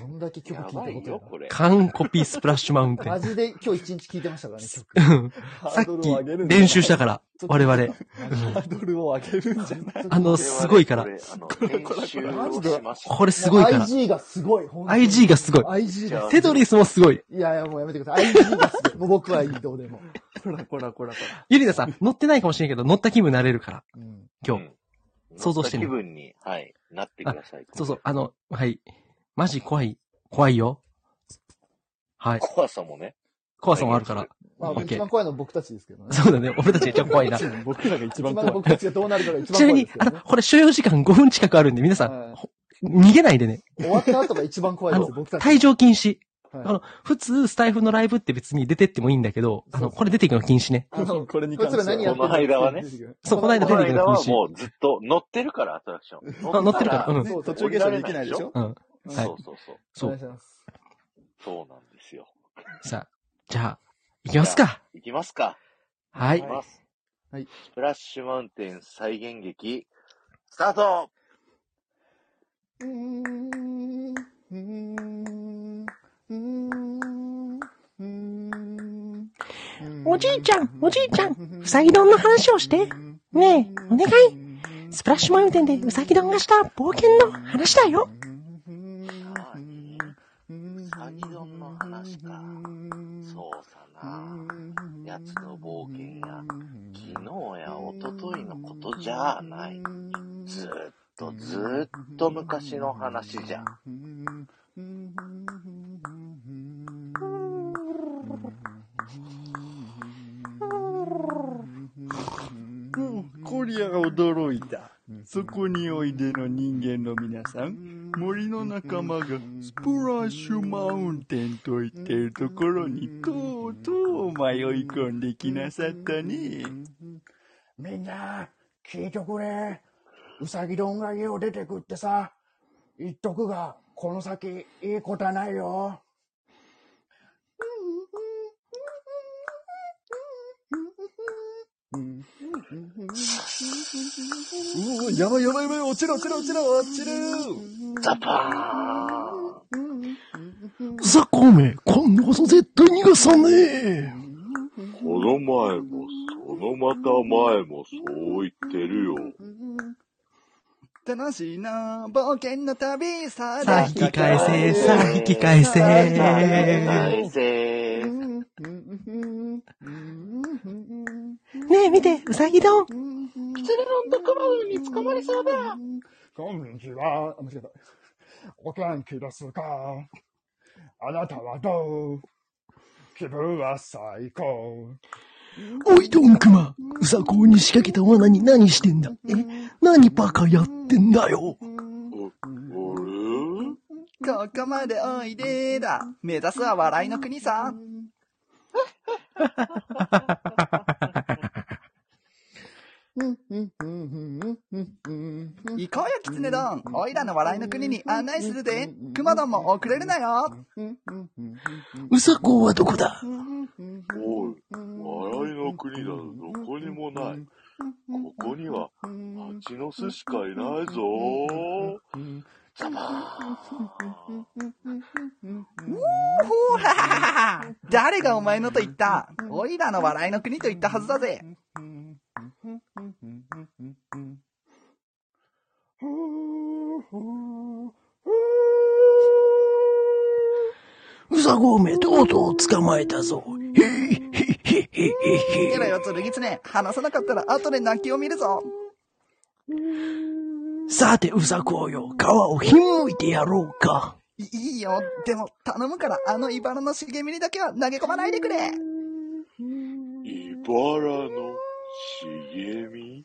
Speaker 3: どんだけ曲
Speaker 1: や
Speaker 3: 聴い
Speaker 1: ば
Speaker 3: たこ
Speaker 1: い
Speaker 3: とや
Speaker 1: よ、
Speaker 3: か
Speaker 1: これ。
Speaker 2: 完コピースプラッシュマウンテン。
Speaker 3: マジで今日一日聴いてましたからね、曲。
Speaker 2: うんさ
Speaker 4: ハ
Speaker 2: っ
Speaker 4: ードルを上げ
Speaker 2: き
Speaker 4: るんじゃない
Speaker 2: 練習したから、我々。
Speaker 4: ハードルを上げるんじゃない
Speaker 2: あの、すごいから
Speaker 1: こ。れあの、練習をします。
Speaker 2: これすごいから。
Speaker 3: IG がすごい。本当に
Speaker 2: IG がすごい。
Speaker 3: IG が。
Speaker 2: テトリスもすごい。
Speaker 3: いやいや、もうやめてください。IG がすごい。もう僕はいい、どうでも。
Speaker 4: ほらほらほらほら。
Speaker 2: ゆりなさん、乗ってないかもしれんけど、乗った気分になれるから、
Speaker 3: うん。
Speaker 2: 今日。
Speaker 1: うん
Speaker 2: 想像してみ
Speaker 1: 乗った気分に、はい、なってください。
Speaker 2: そうそう、あの、はい。マジ怖い。怖いよ。はい。
Speaker 1: 怖さもね。
Speaker 2: 怖さもあるから。
Speaker 3: ま
Speaker 2: オ
Speaker 3: あ、
Speaker 2: ッケー
Speaker 3: 一番怖いのは僕たちですけどね。
Speaker 2: そうだね。俺たちが一番怖いな。ち
Speaker 4: 僕らが 一
Speaker 3: 一
Speaker 4: 番
Speaker 3: 番
Speaker 4: 怖い。
Speaker 3: 僕たちがどうなるかが一番怖い
Speaker 2: なみに
Speaker 3: です、け
Speaker 2: あ
Speaker 3: ど
Speaker 2: の、これ所要時間5分近くあるんで、皆さん、
Speaker 3: はい
Speaker 2: ほ逃げないでね。
Speaker 3: 終わった後が一番怖
Speaker 2: あ
Speaker 3: いで
Speaker 2: の
Speaker 3: す、僕、たち。
Speaker 2: 退場禁
Speaker 3: は
Speaker 2: 止。
Speaker 3: い
Speaker 2: あの、普通、スタイフのライブって別に出てってもいいんだけど、あ
Speaker 3: そう
Speaker 2: の、
Speaker 3: そう
Speaker 2: これ出ていくの禁止ね。
Speaker 3: あの、
Speaker 4: これに
Speaker 3: こい
Speaker 4: 関
Speaker 3: つ
Speaker 4: し
Speaker 3: ら
Speaker 4: ては
Speaker 3: 何やって
Speaker 1: この間はね。
Speaker 2: そう、この間
Speaker 1: この
Speaker 2: 出ていく
Speaker 1: 間
Speaker 2: の
Speaker 1: は
Speaker 2: 禁止。
Speaker 1: もうずっと乗ってるから、アトラクション。
Speaker 2: あ乗ってるからうん
Speaker 3: そう、
Speaker 4: 途
Speaker 3: 途
Speaker 4: 中
Speaker 3: 中
Speaker 4: 下車できないでしょ
Speaker 2: うん。
Speaker 1: そう
Speaker 2: はい
Speaker 1: そうそう。
Speaker 2: そ。
Speaker 3: お願いうします。
Speaker 1: そうなんですよ。
Speaker 2: さあ、じゃあ、行きますか。
Speaker 1: いきますか。
Speaker 2: はいい
Speaker 1: き。ます。
Speaker 3: はい
Speaker 1: スプラッシュマウンテン再現劇、スタート
Speaker 3: うーん、うーん、うーん、うーん。
Speaker 9: おじいちゃん、おじいちゃん、うさぎ丼の話をして。ねえ、お願い。スプラッシュマウンテンでうさぎ丼がした冒険の話だよ。
Speaker 1: さあね、うさぎ丼の話か。そうさな。やつの冒険や、昨日や一昨日のことじゃあない。ずーっとずーっと昔の話じゃ。
Speaker 4: コリアが驚いた。そこにおいでの人間の皆さん、
Speaker 10: 森の仲間がスプラッシュマウンテンと言ってるところにとうとう迷い込んできなさったね。
Speaker 5: みんな、聞いてくれ。うさぎ丼が家を出てくってさ、言っとくが、この先、いいことはないよ。
Speaker 4: うおやばいやばいやばい、落ちる落ちる落ちる落ちる
Speaker 1: ザパ
Speaker 11: ザコメ、今度こそ絶対逃がさね
Speaker 1: この前も、そのまた前も、そう言ってるよ。
Speaker 4: 楽しいなあ冒険の旅、さあ、
Speaker 2: さあ引き返せ、さあ引き返せ。ね
Speaker 1: せー。
Speaker 2: え、見て、うさぎ丼。
Speaker 5: キツネの毒魔に捕まりそうだ。こんにちは。あ、間違えた。お元気ですかあなたはどう気分は最高。
Speaker 11: おい、ドンクマ。うさこうに仕掛けた罠に何してんだえ何バカやってんだよ。
Speaker 4: ここまでおいでだ。目指すは笑いの国さ。行こうよ、キツネ丼。おいらの笑いの国に案内するで。クマ丼も遅れるなよ。
Speaker 11: うさこうはどこだ
Speaker 1: おい、笑いの国だどこにもない。ここには、蜂の巣しかいないぞザパ
Speaker 4: うーほーはははは 誰がお前のと言ったおいらの笑いの国と言ったはずだぜ。
Speaker 11: うさこうめ、とうとう捕まえたぞ。
Speaker 4: やらよ、つるぎつね。話さなかったら後で泣きを見るぞ。
Speaker 11: さて、うさこうよ、皮をひんむいてやろうか。
Speaker 4: いいいよ。でも、頼むから、あの茨の茂みにだけは投げ込まないでくれ。
Speaker 1: 茨の茂み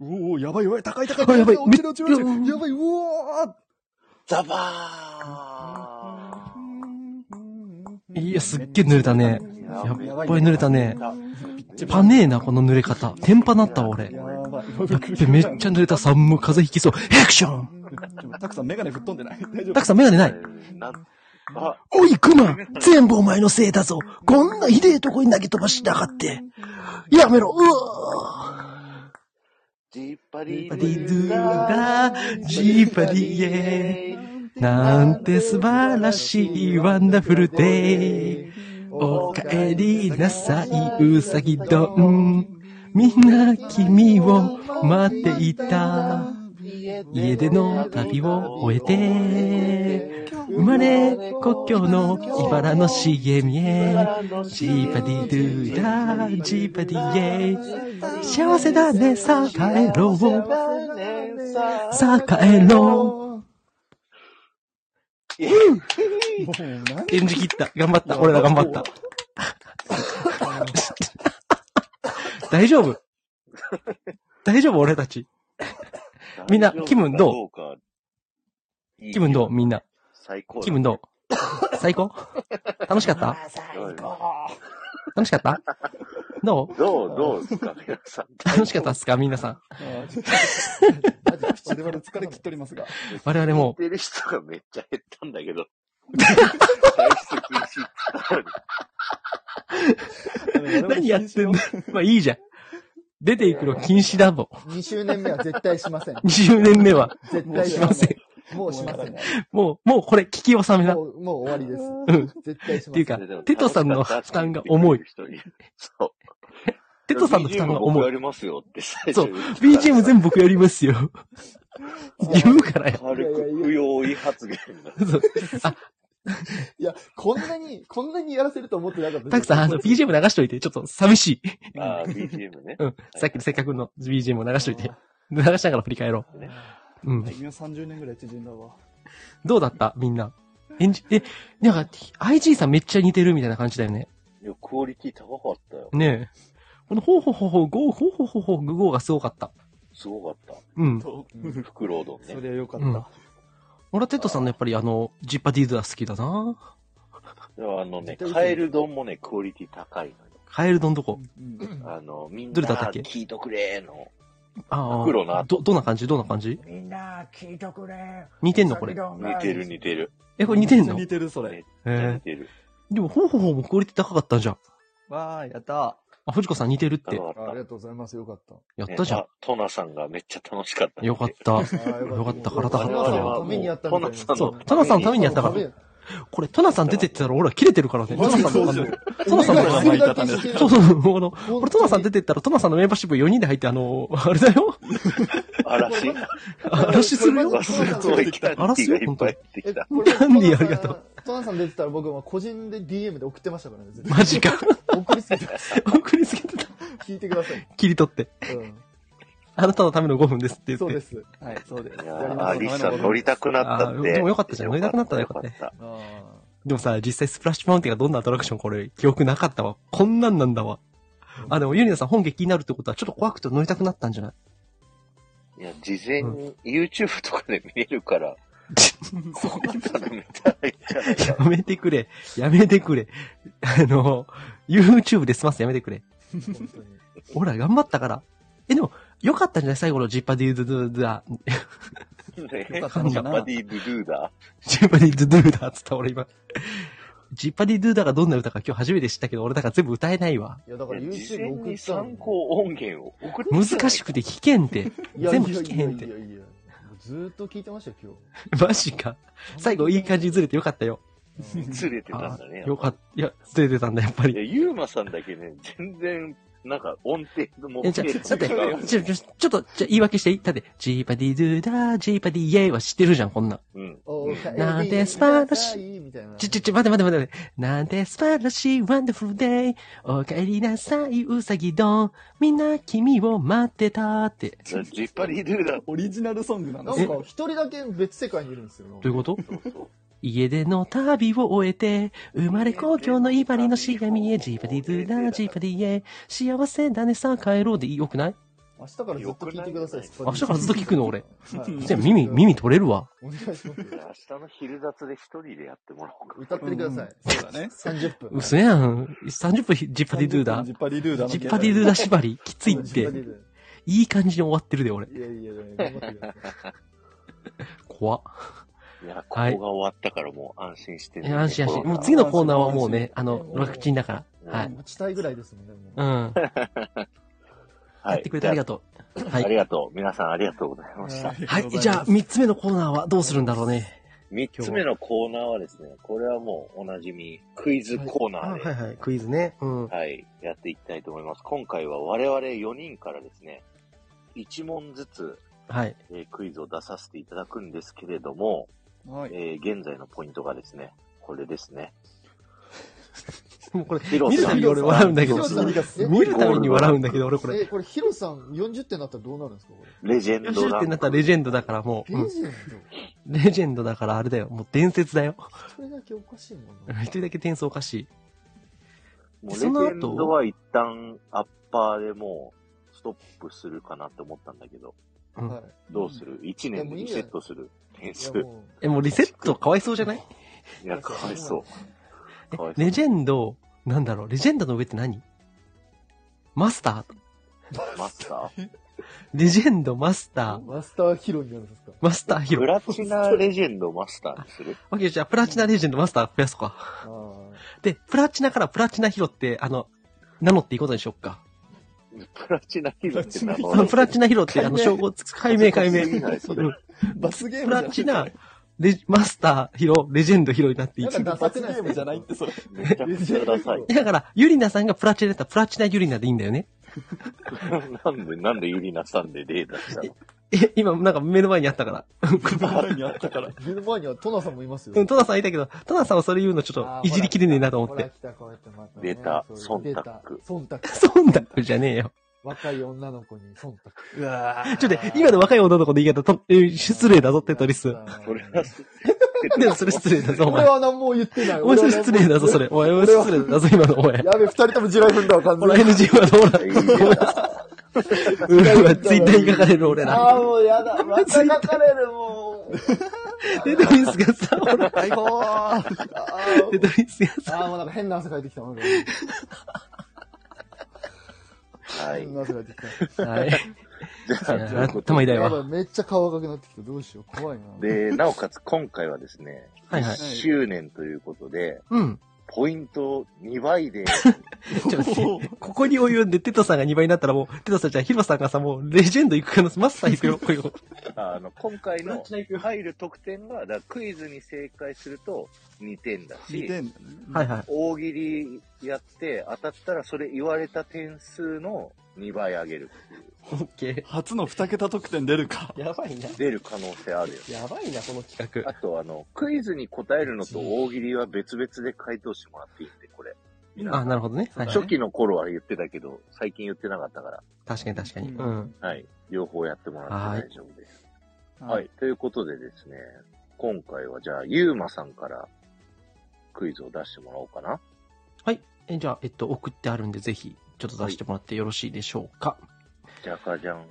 Speaker 4: おお、やばいやばい、高い高い。
Speaker 1: あやばい
Speaker 4: 落ちる落ちる落ちる。やばい、うおー
Speaker 1: ザバ
Speaker 2: いや、すっげえ濡れたね。やっぱり濡れたね。
Speaker 1: ー
Speaker 2: パねえな、この濡れ方。テンパなったわ、俺。
Speaker 4: やばい。
Speaker 2: でめっちゃ濡れた。寒も風邪ひきそう。ヘクション
Speaker 4: でもたくさんメガネ吹っ飛んでない。大丈夫
Speaker 2: たくさんメガネない。
Speaker 11: おい、クマ全部お前のせいだぞこんなひでえとこに投げ飛ばしやがってやめろうわ
Speaker 2: ジーパディドゥダジーパディエなんて素晴らしいワンダフルデイおかえりなさいうさぎどんみんな君を待っていた家での旅を終えて生まれ故郷の茨の茂みへジーパディドゥダジーパディエ幸せだねさあ帰ろうさあ帰ろう。演じ切った。頑張った。俺ら頑張った。 大丈夫大丈夫俺たち。みんな、気分どう気分どうみんな。
Speaker 1: 最高だ
Speaker 2: 気分どう最高楽しかった楽しかったどう
Speaker 1: どう、どうですか、皆さん。
Speaker 2: 楽しかったっすか皆さん。
Speaker 4: 我々疲れ切っておりますが。
Speaker 2: 我々も
Speaker 1: 聞いてる人がめっちゃ減ったんだけ ど。
Speaker 2: 何やってんのまあいいじゃん。出ていくの禁止だも
Speaker 12: 2周年目は絶対しません。
Speaker 2: ん。20年目は。
Speaker 12: 絶
Speaker 2: もう
Speaker 12: 対
Speaker 2: し
Speaker 12: し
Speaker 2: ま
Speaker 12: ま
Speaker 2: せ
Speaker 12: せ
Speaker 2: ん。
Speaker 12: ん。もうしません。
Speaker 2: もう、もうこれ聞き納めだ。
Speaker 12: もう、もう終わりです。
Speaker 2: うん。
Speaker 12: 絶対しません。
Speaker 2: っていうか、テトさんの負担が重い。
Speaker 1: そう。
Speaker 2: テトさんの負担が重
Speaker 1: 僕や
Speaker 2: い。
Speaker 1: りますよって最
Speaker 2: そ
Speaker 1: 初
Speaker 2: う。
Speaker 1: に言ってたから
Speaker 2: BGM 全部僕やりますよ。言うからよ。
Speaker 1: 軽く不用意発言だ。
Speaker 12: いや、こんなに、こんなにやらせると思ってなかったです。
Speaker 2: たくさん、あの、BGM 流しといて、ちょっと寂しい。
Speaker 1: ああ、BGM ね。
Speaker 2: うん。さっきのせっかくの BGM を流しといて。流しながら振り返ろう。うん
Speaker 4: 歩みは30年ぐらい縮んだわ。
Speaker 2: どうだったみんな。演じ、え、なんか、IG さんめっちゃ似てるみたいな感じだよね。
Speaker 1: いや、クオリティ高かったよ。
Speaker 2: ねえ。この、ほうほうほうほう、ゴー、ほうほうほうほう、グゴーがすごかった。
Speaker 1: すごかった。
Speaker 2: うん
Speaker 1: フクロウドンね。そ
Speaker 4: れは良か
Speaker 2: ったうん俺はテッドさんのやっぱりあの、ジッパディードは好きだな
Speaker 1: でもあのね、カエル丼もね、クオリティ高い
Speaker 2: カエル丼どこ
Speaker 1: のよ。あの、みん
Speaker 2: ど
Speaker 1: な
Speaker 2: れだったっけ
Speaker 1: 聞いとくれーの。
Speaker 2: ああ。
Speaker 1: 黒な
Speaker 2: ど、どんな感じどんな感じ
Speaker 5: みんな、聞いとくれ。
Speaker 2: 似てんのこれ。
Speaker 1: 似てる似てる。
Speaker 2: え、これ似てんの
Speaker 4: てる、それ。
Speaker 2: え
Speaker 1: 似てる。
Speaker 2: ー、でも、ほうほうほうもクオリティ高かったじゃん。
Speaker 4: わー、やった。
Speaker 2: あ、藤子さん似てるって。
Speaker 1: あ
Speaker 12: りがとうございます。よかった。
Speaker 2: やったじゃん
Speaker 1: ね。あトナさんがめっちゃ楽しかった。
Speaker 2: よかった。よかった、体張
Speaker 1: 我々はもう
Speaker 2: った。
Speaker 1: トナさんのためにやった。
Speaker 2: そう、トナさんのためにやったから。これ、トナさん出てってたら俺は切れてるからね。トナさんの、あのトナさんの名前だったね。そうそう、あの、俺トナさん出てったらトナさんのメンバーシップ4人で入って、あの、あれだよ。
Speaker 1: 嵐。
Speaker 2: 嵐するよ。
Speaker 1: すごいキャンディ
Speaker 2: 嵐
Speaker 1: ー
Speaker 2: よ
Speaker 1: がい、っぱい出てきた。
Speaker 2: キャンディーありがとう。
Speaker 12: トナさん出てたら僕は個人で DM で送ってましたからね。
Speaker 2: マジか。
Speaker 12: 送りすぎてた。
Speaker 2: 送りすぎてた。
Speaker 12: 聞いてください。
Speaker 2: 切り取って。
Speaker 12: うん。
Speaker 2: あなたのための5分ですって言って。
Speaker 12: そうです。
Speaker 4: はい、そうです。
Speaker 1: いやーアリスさん乗りたくなった
Speaker 2: あ
Speaker 1: っ
Speaker 2: ー
Speaker 1: て。
Speaker 2: でもよかったじゃん。乗りたくなったらよかったね。でもさ、実際スプラッシュマウンテンがどんなアトラクションこれ、記憶なかったわ。こんなんなんだわ。あ、でもユリナさん本気になるってことはちょっと怖くて乗りたくなったんじゃない
Speaker 1: いや、事前に YouTube とかで見れる から、こうたらめたらいいんじゃないか
Speaker 2: やめてくれ。やめてくれ。あの、YouTube で済ますやめてくれ。ほら、頑張ったから。え、でも、よかったんじゃない最後のジッパディードゥドゥドゥダ。
Speaker 1: ね。
Speaker 2: よ
Speaker 1: ジ
Speaker 2: かったのか
Speaker 1: ャ
Speaker 2: な
Speaker 1: パディ・ブルーだ。
Speaker 2: ジッパディードゥドゥダっつった俺今。ジッパディードゥダがどんな歌か今日初めて知ったけど、俺だから全部歌えないわ。
Speaker 12: いや、だから
Speaker 1: 事前
Speaker 12: YouTube 送
Speaker 1: に
Speaker 12: ったの
Speaker 1: 参考音源を送って
Speaker 2: 難しくて聞けんて。
Speaker 12: いや
Speaker 2: 全部聞けへんて
Speaker 12: い。やいやいやいやずーっと聞いてましたよ、今日。
Speaker 2: マジか。最後いい感じにずれてよかったよ。
Speaker 1: ずれてたんだね。
Speaker 2: よかった。いや、ずれてたんだ、やっぱ
Speaker 1: いや、
Speaker 2: り。
Speaker 1: ユーマさんだけね、全然、なんか音程の
Speaker 2: え、
Speaker 1: 目
Speaker 2: じゃ
Speaker 1: 的
Speaker 2: あ、だって、
Speaker 1: が。
Speaker 2: ちょ、ちょ、ちょっと、じゃあ言い訳していいだって、ジーパディドゥダー、ジーパディイエーは知ってるじゃん、こんなん。
Speaker 1: うん。
Speaker 12: おー
Speaker 2: なんて素晴らし
Speaker 12: い。みたいな。
Speaker 2: ちょ、ちょ、ちょ、待って待って待って待って。なんて素晴らしい、ワンダフルデイ。お帰りなさい、ウサギ丼。みんな君を待ってたって。
Speaker 1: ジッパリ・ドゥーだ。
Speaker 4: オリジナルソングなん
Speaker 12: な
Speaker 4: だ。
Speaker 12: んか、一人だけ別世界にいるんですよ。
Speaker 2: どういうこと家での旅を終えて、生まれ故郷のイバリのしがみへ、ジーパディドゥダー、ジーパディイエー。幸せだね、さあ帰ろうでよくない
Speaker 12: 明日からずっと聞いてください、
Speaker 2: 明日からずっと聞くの、俺。
Speaker 12: はい
Speaker 2: じゃあ耳、耳取れるわ。
Speaker 12: お願いします。
Speaker 1: 明日の昼雑で一人でやってもらおうか。
Speaker 12: 歌ってください。
Speaker 4: そうだね。
Speaker 12: 30分。
Speaker 2: 嘘やん。30分ジッパディドゥーダ。
Speaker 4: ジ
Speaker 2: ジ
Speaker 4: ッパリルーダの
Speaker 2: ッパディドゥーダ縛り、きついって。いい感じに終わってるで、俺。
Speaker 12: いやいやいや、頑張ってください。
Speaker 2: 怖っ。
Speaker 1: いや、ここが終わったからもう安心して
Speaker 2: え安心安心。もう
Speaker 1: 次
Speaker 2: 次のコーナーはもうね、あの、ワクチンだから。はい。
Speaker 12: 持ちたいぐらいですもんね、も
Speaker 2: うん。やってくれてありがとう。は
Speaker 1: あり
Speaker 2: い。
Speaker 1: がとう。皆さんありがとうございました。
Speaker 2: はい。じゃあ、3つ目のコーナーはどうするんだろうね。
Speaker 1: 三つ目のコーナーはですね、これはもうおなじみ、クイズコーナーで、はい、
Speaker 2: はい。クイズね。うん。
Speaker 1: やっていきたいと思います。今回は我々4人からですね、1問ずつ、
Speaker 2: はい。
Speaker 1: えークイズを出させていただくんですけれども、
Speaker 4: はい。
Speaker 1: えー現在のポイントがですね、これですね。
Speaker 2: もうこれ、
Speaker 1: ヒロ
Speaker 2: 見る
Speaker 1: さ
Speaker 2: た
Speaker 1: ん
Speaker 2: びに俺笑うんだけど
Speaker 12: ヒロさん、
Speaker 2: 見るたびに笑うんだけど、俺こ
Speaker 12: う。え、
Speaker 2: れ、
Speaker 12: これヒロさん40点だったらどうなるんですかこれ。
Speaker 1: レジェンド
Speaker 2: 40
Speaker 1: ラ
Speaker 2: 点に
Speaker 1: ン
Speaker 2: な
Speaker 1: ク。
Speaker 2: ったらレジェンドだからもう、うん
Speaker 12: レジェン
Speaker 2: レジェンドだからあれだよ。もう伝説だよ。
Speaker 12: ドそれだけおかしいもんな。
Speaker 2: 一人だけ点数おかしい。
Speaker 1: もうレジ
Speaker 2: その後
Speaker 1: ェンドは一旦アッパーでもうストップするかなって思ったんだけど、
Speaker 2: うん
Speaker 12: はい。
Speaker 1: どうする ?1
Speaker 12: いや
Speaker 1: 年
Speaker 12: も
Speaker 1: で
Speaker 12: ういいん
Speaker 1: リ
Speaker 12: じゃ
Speaker 1: セ
Speaker 12: ない
Speaker 1: ットする点
Speaker 12: いや
Speaker 1: 数。
Speaker 12: も
Speaker 2: え、もうリセットかわいそうじゃない
Speaker 1: いや、かわいそう。
Speaker 2: え
Speaker 1: かわいそう
Speaker 2: レジェンド、なんだろう、レジェンドの上って何マスター
Speaker 1: マスタ ー
Speaker 2: レジェンド、マスタ
Speaker 12: う
Speaker 2: ー、
Speaker 12: マスターヒロになるんですか
Speaker 2: マスターヒ
Speaker 1: プ
Speaker 2: ロ。
Speaker 1: ラチナレジェンドマスターにする
Speaker 2: オッケー、じゃあ、プラチナレジェンド、マスター増やそうか。
Speaker 12: ああ。
Speaker 2: で、プラチナからプラチナヒロって、あの、名乗っていいことにしよっか。
Speaker 1: プラチナヒロって名
Speaker 2: あの
Speaker 1: 前。
Speaker 2: プラチナヒロって、あの、称号つく、解明解明。
Speaker 1: いないそれ
Speaker 2: うん
Speaker 4: 罰ゲーム
Speaker 2: プ
Speaker 4: じゃ
Speaker 2: ラ
Speaker 4: ん
Speaker 2: チナ、レマスターヒロ、レジェンドヒロになってい
Speaker 12: なん
Speaker 2: く。
Speaker 12: かダサく
Speaker 4: 罰
Speaker 12: な
Speaker 4: ゲ
Speaker 12: いです
Speaker 4: ー
Speaker 12: か
Speaker 4: ムじゃないって、それ。
Speaker 1: めちゃくちゃダサい。
Speaker 2: だから、ユリナさんがプラチナだったら、プラチナユリナでいいんだよね。
Speaker 1: なんで、なんでユリナさんで例出したの
Speaker 2: え、今、なんか目の前にあったから。
Speaker 4: 前にあったから。
Speaker 12: 目の前にはトナさんもいますよ。
Speaker 2: うん、トナさんいたけど、トナさんはそれ言うのちょっ
Speaker 12: あ
Speaker 2: と
Speaker 12: ー
Speaker 2: いじりきれねえなと思っ
Speaker 12: ほら
Speaker 2: て。
Speaker 12: 来た、こうやってまたね
Speaker 1: 出た
Speaker 12: そういう
Speaker 1: 忖度
Speaker 12: 忖度。
Speaker 2: 忖度じゃねえよ。
Speaker 12: 若い女の子に忖度。
Speaker 4: うわ
Speaker 2: ちょっとね、今の若い女の子の言い方、とえー失礼だぞ、テトリス。
Speaker 1: それは、
Speaker 2: でもそれ失礼だぞ、お
Speaker 12: 俺
Speaker 2: 前。
Speaker 12: は何も言ってない。
Speaker 2: お前それ失礼だぞ、それ。お前、お前失礼だぞ、今の、お前。
Speaker 12: やべ、二人とも地雷踏んだわ、完
Speaker 2: ほら、
Speaker 12: 全に。
Speaker 2: NG はどうだ うわ、ツイッターに書かれる俺ら。
Speaker 12: ああ、もうやだ。また書かれる、も
Speaker 2: テトリスがさ、ほら、
Speaker 12: 最高
Speaker 2: テトリスが
Speaker 12: さ、あーもうなんか変な汗かいてきた。なんか
Speaker 1: はい。
Speaker 12: 変な汗かいてきた。
Speaker 2: はいじゃあいや頭痛いわ
Speaker 12: やばめっちゃ顔赤くなってきた。どうしよう。怖いな。
Speaker 1: で、なおかつ今回はですね、
Speaker 12: はいはい
Speaker 1: 1周年ということで、
Speaker 2: うん。
Speaker 1: ポイント2倍で、
Speaker 2: ちょっと待って、ここに及んでテトさんが2倍になったらもう、テトさんじゃあヒロさんがさ、もうレジェンド行く可能性、マスター行くよ、これを。
Speaker 1: あの、今回の入る得点が、だからクイズに正解すると2点だし、
Speaker 4: 2点だ
Speaker 2: はいはい
Speaker 1: 大喜利やって当たったらそれ言われた点数の2倍上げる。
Speaker 2: オッケー。
Speaker 4: 初の2桁得点出るか。
Speaker 2: やばいな。
Speaker 1: 出る可能性あるよ。
Speaker 2: やばいな、この企
Speaker 1: あと、あの、クイズに答えるのと大喜利は別々で回答してもらっていいんで、これ。皆さん
Speaker 2: あなるほどねはいはい
Speaker 1: 初期の頃は言ってたけど、最近言ってなかったから。
Speaker 2: 確かに確かに。うん。
Speaker 1: はい。両方やってもらって大丈夫です。
Speaker 2: は
Speaker 1: はいい、ということでですね、今回はじゃあ、ゆうまさんからクイズを出してもらおうかな。
Speaker 2: はい。えじゃあ、えっと、送ってあるんで、ぜひ、ちょっと出してもらってよろしいでしょうか。
Speaker 1: じゃかじゃん。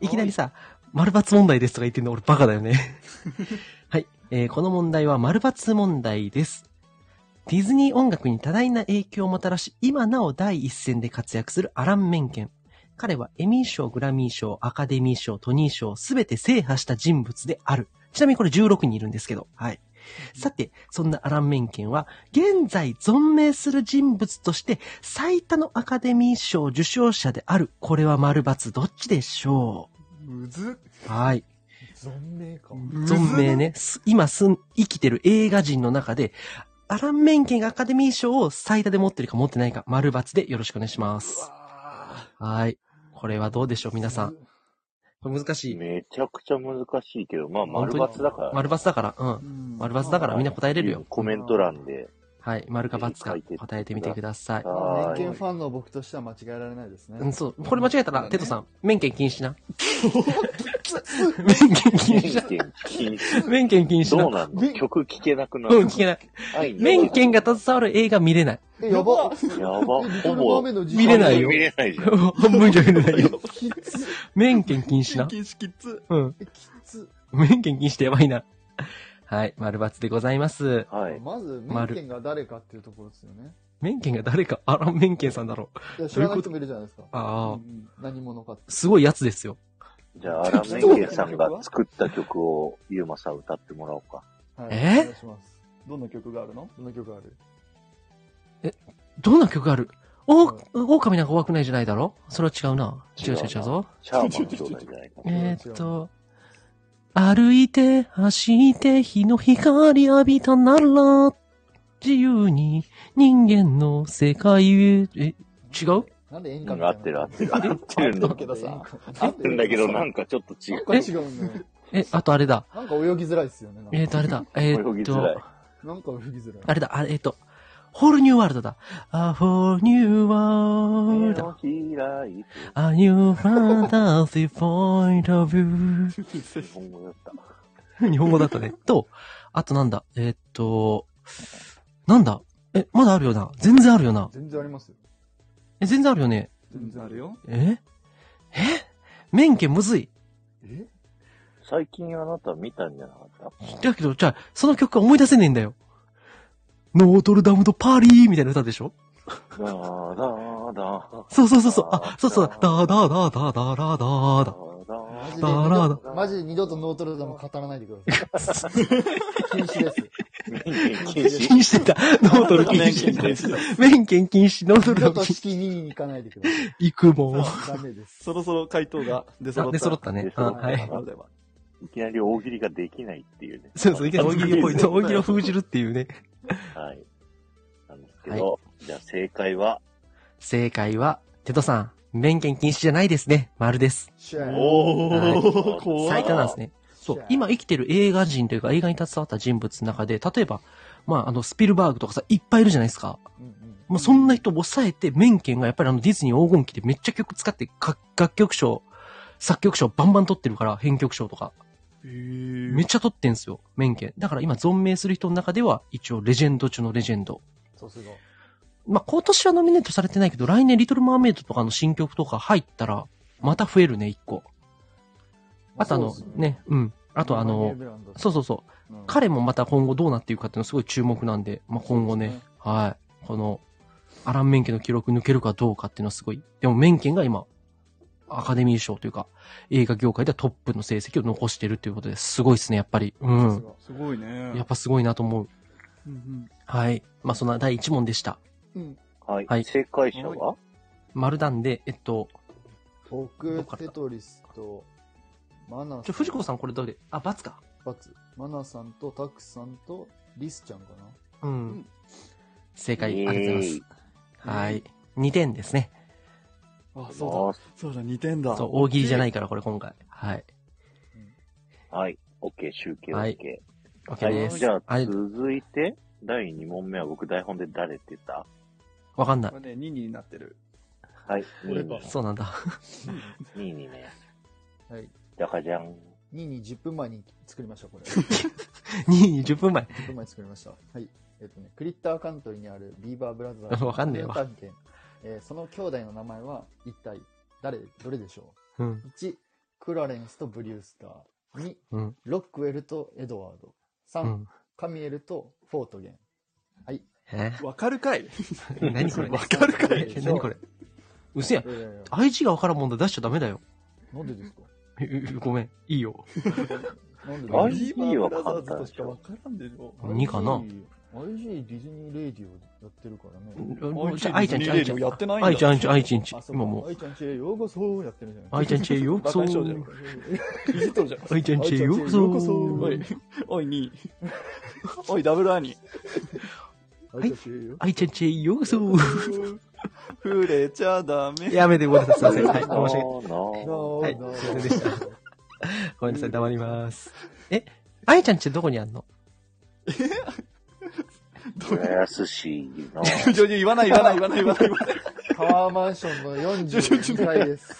Speaker 2: いきなりさ、丸抜問題ですとか言ってんの俺バカだよね。はい。えーこの問題は丸抜問題です。ディズニー音楽に多大な影響をもたらし、今なお第一線で活躍するアラン・メンケン。彼はエミー賞、グラミー賞、アカデミー賞、トニー賞、すべて制覇した人物である。ちなみにこれ16人いるんですけど。はい。さて、そんなアラン・メンケンは、現在存命する人物として、最多のアカデミー賞受賞者である。これは丸抜どっちでしょ
Speaker 4: むず
Speaker 2: うはい。
Speaker 4: 存命か。
Speaker 2: 存命ね。す今すん、生きてる映画人の中で、アラン・メンケンがアカデミー賞を最多で持ってるか持ってないか、丸抜でよろしくお願いします。はい。これはどうでしょう、皆さん。これ難しい。
Speaker 1: めちゃくちゃ難しいけど、まあ、
Speaker 2: 本
Speaker 1: 丸
Speaker 2: 当に
Speaker 1: 抜だから、
Speaker 2: 丸抜だから、うん。丸抜だからみんな答えれるよ。
Speaker 1: コメント欄で。
Speaker 2: はい。丸か×か答えてみてください。
Speaker 12: まあ年間ファンの僕としては間違えられないですね。
Speaker 2: うん、そう。これ間違えたら、テトさん、免許禁止 な。
Speaker 1: 免 許禁止。
Speaker 2: 免許禁止な
Speaker 1: どうなんの曲聴けなくなる。
Speaker 2: うん、聞けな
Speaker 1: 愛
Speaker 2: い。
Speaker 1: になる
Speaker 2: 免許が携わる映画見れ ない。
Speaker 12: え、やば。
Speaker 1: や ば、ほぼ。
Speaker 2: 見れないよ。
Speaker 1: 見れ ないじゃん。
Speaker 2: 半分じゃ見れないよ。免許禁止な。
Speaker 4: 止きつ。
Speaker 2: うん。
Speaker 12: つ
Speaker 2: 免許禁止ってやばいな。はい、丸×でございます。
Speaker 1: はい。
Speaker 12: まず、メンケ
Speaker 2: 丸。
Speaker 12: ンが誰かっていうところですよね。
Speaker 2: 免許が誰か、アラン免許さんだろ。
Speaker 12: いうや、知らない人
Speaker 2: どう
Speaker 12: もい
Speaker 2: いうこ
Speaker 12: るじゃないですか。
Speaker 2: とああ、
Speaker 12: 何者かって。
Speaker 2: すごいやつですよ。
Speaker 1: じゃあ、アラン・メンケンさんが作った曲を、ゆうまさん歌ってもらおうか。
Speaker 12: はい、
Speaker 2: え
Speaker 12: お願いします。
Speaker 4: どんな曲があるの
Speaker 12: どんな曲ある
Speaker 2: どんな曲があるお、狼なんか怖くないじゃないだろそれは違うな。違う違う違うぞ。
Speaker 1: シャーマン兄弟じゃないか。
Speaker 2: えーっと、歩いて、走って、日の光浴びたなら、自由に人間の世界へ、え、違う
Speaker 12: なんで演
Speaker 1: うん合ってる合ってる。合ってるんだけど
Speaker 12: さ。
Speaker 1: 合ってるんだけど、なんかちょっと違う。
Speaker 12: なんか違うんだよ。
Speaker 2: え、あとあれだ。
Speaker 12: なんか泳ぎづらいっすよね。なんか
Speaker 2: えーっと、あれ だ。えーっと、
Speaker 12: なんか泳ぎづらい。
Speaker 2: あれだ、あれ、えーっと、ホールニューワールドだ。あ、ホールニューワールド。
Speaker 1: 開いて
Speaker 2: A new fantasy point of view.
Speaker 1: 日本語だった。
Speaker 2: 日本語だったね。 と、あとなんだ、えーっと、なんだ、え、まだあるよな。全然あるよな。
Speaker 12: 全然ありますよ。
Speaker 2: え、全然あるよね。
Speaker 12: 全然あるよ。
Speaker 2: ええ免許むずい。
Speaker 1: 最近あなた見たんじゃなかった
Speaker 2: だけど、じゃあ、その曲が思い出せねえんだよ。ノートルダムとパリーみたいな歌でしょ
Speaker 1: だーだーだー
Speaker 2: そうそうそうそう。あ、そうそう。だだだだだだだだ。
Speaker 12: マジで
Speaker 2: だらだ。
Speaker 12: マジで二度と ノートルダム語らないでください。禁止です。
Speaker 1: 禁
Speaker 2: 禁止してた。ノートル禁止。免許禁止、ノート
Speaker 12: 二
Speaker 2: ル
Speaker 12: 度
Speaker 2: ダム
Speaker 12: と
Speaker 2: 禁止。
Speaker 12: 式に行かないでください。
Speaker 2: 行くもん。
Speaker 12: ダメです。
Speaker 4: そろそろ回答が出揃った。
Speaker 2: あ出揃ったね
Speaker 1: 出揃った
Speaker 2: あはい
Speaker 1: ないきなり大喜利ができないっていうね。
Speaker 2: そうそう、いきなり大喜利っぽい。
Speaker 1: そう
Speaker 2: 大喜利を封じるっていうね。
Speaker 1: はい。なんですけど、じゃあ正解は、
Speaker 2: 正解は、テトさん、免許禁止じゃないですね。丸です。
Speaker 1: おー
Speaker 2: はい
Speaker 1: 怖い
Speaker 2: 最多なんですね。そう。今生きてる映画人というか映画に携わった人物の中で、例えば、まあ、あの、スピルバーグとかさ、いっぱいいるじゃないですか。まあ、そんな人を抑えて、メンケンがやっぱりあのディズニー黄金期でめっちゃ曲使って、か楽曲賞、作曲賞バンバン取ってるから、編曲賞とか。めっちゃ取ってんすよ、メンケン。だから今存命する人の中では、一応レジェンド中のレジェンド。
Speaker 12: そうす
Speaker 2: まあ、今年はノミネートされてないけど、来年リトルマーメイドとかの新曲とか入ったら、また増えるね、一個。あとあの、ね、うん。あとあの、そうそうそう、彼もまた今後どうなっていくかっていうのすごい注目なんで、まあ、今後ね、はい、この、アラン・メンケの記録抜けるかどうかっていうのはすごい。でもメンケが今、アカデミー賞というか、映画業界ではトップの成績を残してるということですごいですね、やっぱり。う
Speaker 4: さす
Speaker 2: ん
Speaker 4: が。すごいね
Speaker 2: やっぱすごいなと思う。
Speaker 4: うん
Speaker 2: はい。まあ、そんな第1問でした。
Speaker 4: うんうん
Speaker 1: はい。
Speaker 2: はい。
Speaker 1: 正解者は
Speaker 2: 丸段で、えっと、
Speaker 3: 僕、テトリスと、マナさ
Speaker 2: ちょ、
Speaker 3: ん、
Speaker 2: 藤子さんこれどれあ、罰か。
Speaker 3: 罰マナさんとタクさんと、リスちゃんかな。
Speaker 2: うん。正
Speaker 3: イエー
Speaker 2: 解、
Speaker 3: イ
Speaker 2: ありがとうございます。はい。2点ですね。
Speaker 4: あ、そうだ。そうだ、2点だ。
Speaker 2: そう、大喜利じゃないから、これ今回。はい。
Speaker 1: はい。OK、集計 OK。
Speaker 2: はい OK です
Speaker 1: はいじゃあ、続いて、第2問目は僕台本で誰って言った
Speaker 2: わかんない
Speaker 4: こ。れね、2になってる。
Speaker 1: はい。
Speaker 4: 俺
Speaker 1: 2
Speaker 4: か
Speaker 2: そうなんだ。
Speaker 1: 2にね。
Speaker 3: はい。
Speaker 1: じゃかじゃん。
Speaker 3: 2に10分前に作りました、これ。
Speaker 2: 2に10分前。
Speaker 3: 10分前に作りました。はい。えっとね、クリッターカントリーにあるビーバーブラザーズ。
Speaker 2: わかんねえわ
Speaker 3: 関係えーその兄弟の名前は、一体、誰、どれでしょう
Speaker 2: うん。
Speaker 3: ?1、クラレンスとブリュースター。2、
Speaker 2: うん。
Speaker 3: ロックウェルとエドワード。3、
Speaker 2: うん
Speaker 3: カミエルとフォートゲン。はい。
Speaker 2: え
Speaker 4: わかるかい
Speaker 2: 何これ
Speaker 3: わかるかい
Speaker 2: え何これうせや。愛知がわからん問題出しちゃダメだよ。
Speaker 3: なんでですか
Speaker 2: ええごめん。いいよ。
Speaker 3: なんで
Speaker 2: あれ IGE は
Speaker 4: 簡
Speaker 2: 簡
Speaker 4: 単
Speaker 2: 単
Speaker 4: と
Speaker 2: で
Speaker 4: しかわからんでしょ。
Speaker 2: 2かな
Speaker 3: ?IG ディズニーレディオやってるから
Speaker 2: うん
Speaker 3: ね。
Speaker 2: じゃあ愛ちゃんち愛ちゃん
Speaker 3: やってないんだ
Speaker 2: 愛ちゃん愛ちゃん愛ちゃんち
Speaker 3: あそうか
Speaker 2: 今もう
Speaker 3: 愛ちゃんちへようこそやってるじゃない
Speaker 2: 愛ちゃんちへようこそ
Speaker 3: バカにしよじゃん いじっとるじゃん。
Speaker 2: 愛ちゃんちへようこそ
Speaker 3: 愛ちゃんちへようこ
Speaker 4: おい、おい、2。おい、ダブルアニ。
Speaker 3: はい。
Speaker 2: 愛ちゃんちへようこそ
Speaker 4: 触れちゃダメ。
Speaker 2: や めてごめんなさいすいませんはい申し訳
Speaker 4: 訳
Speaker 2: はい、すいませんでした。ごめんなさい、黙ります。え、愛ちゃんちどこにあんの
Speaker 1: 浦安市の、
Speaker 4: ちょ、言わない、言わない、言わない、言わない。
Speaker 3: タワーマンションの42階です。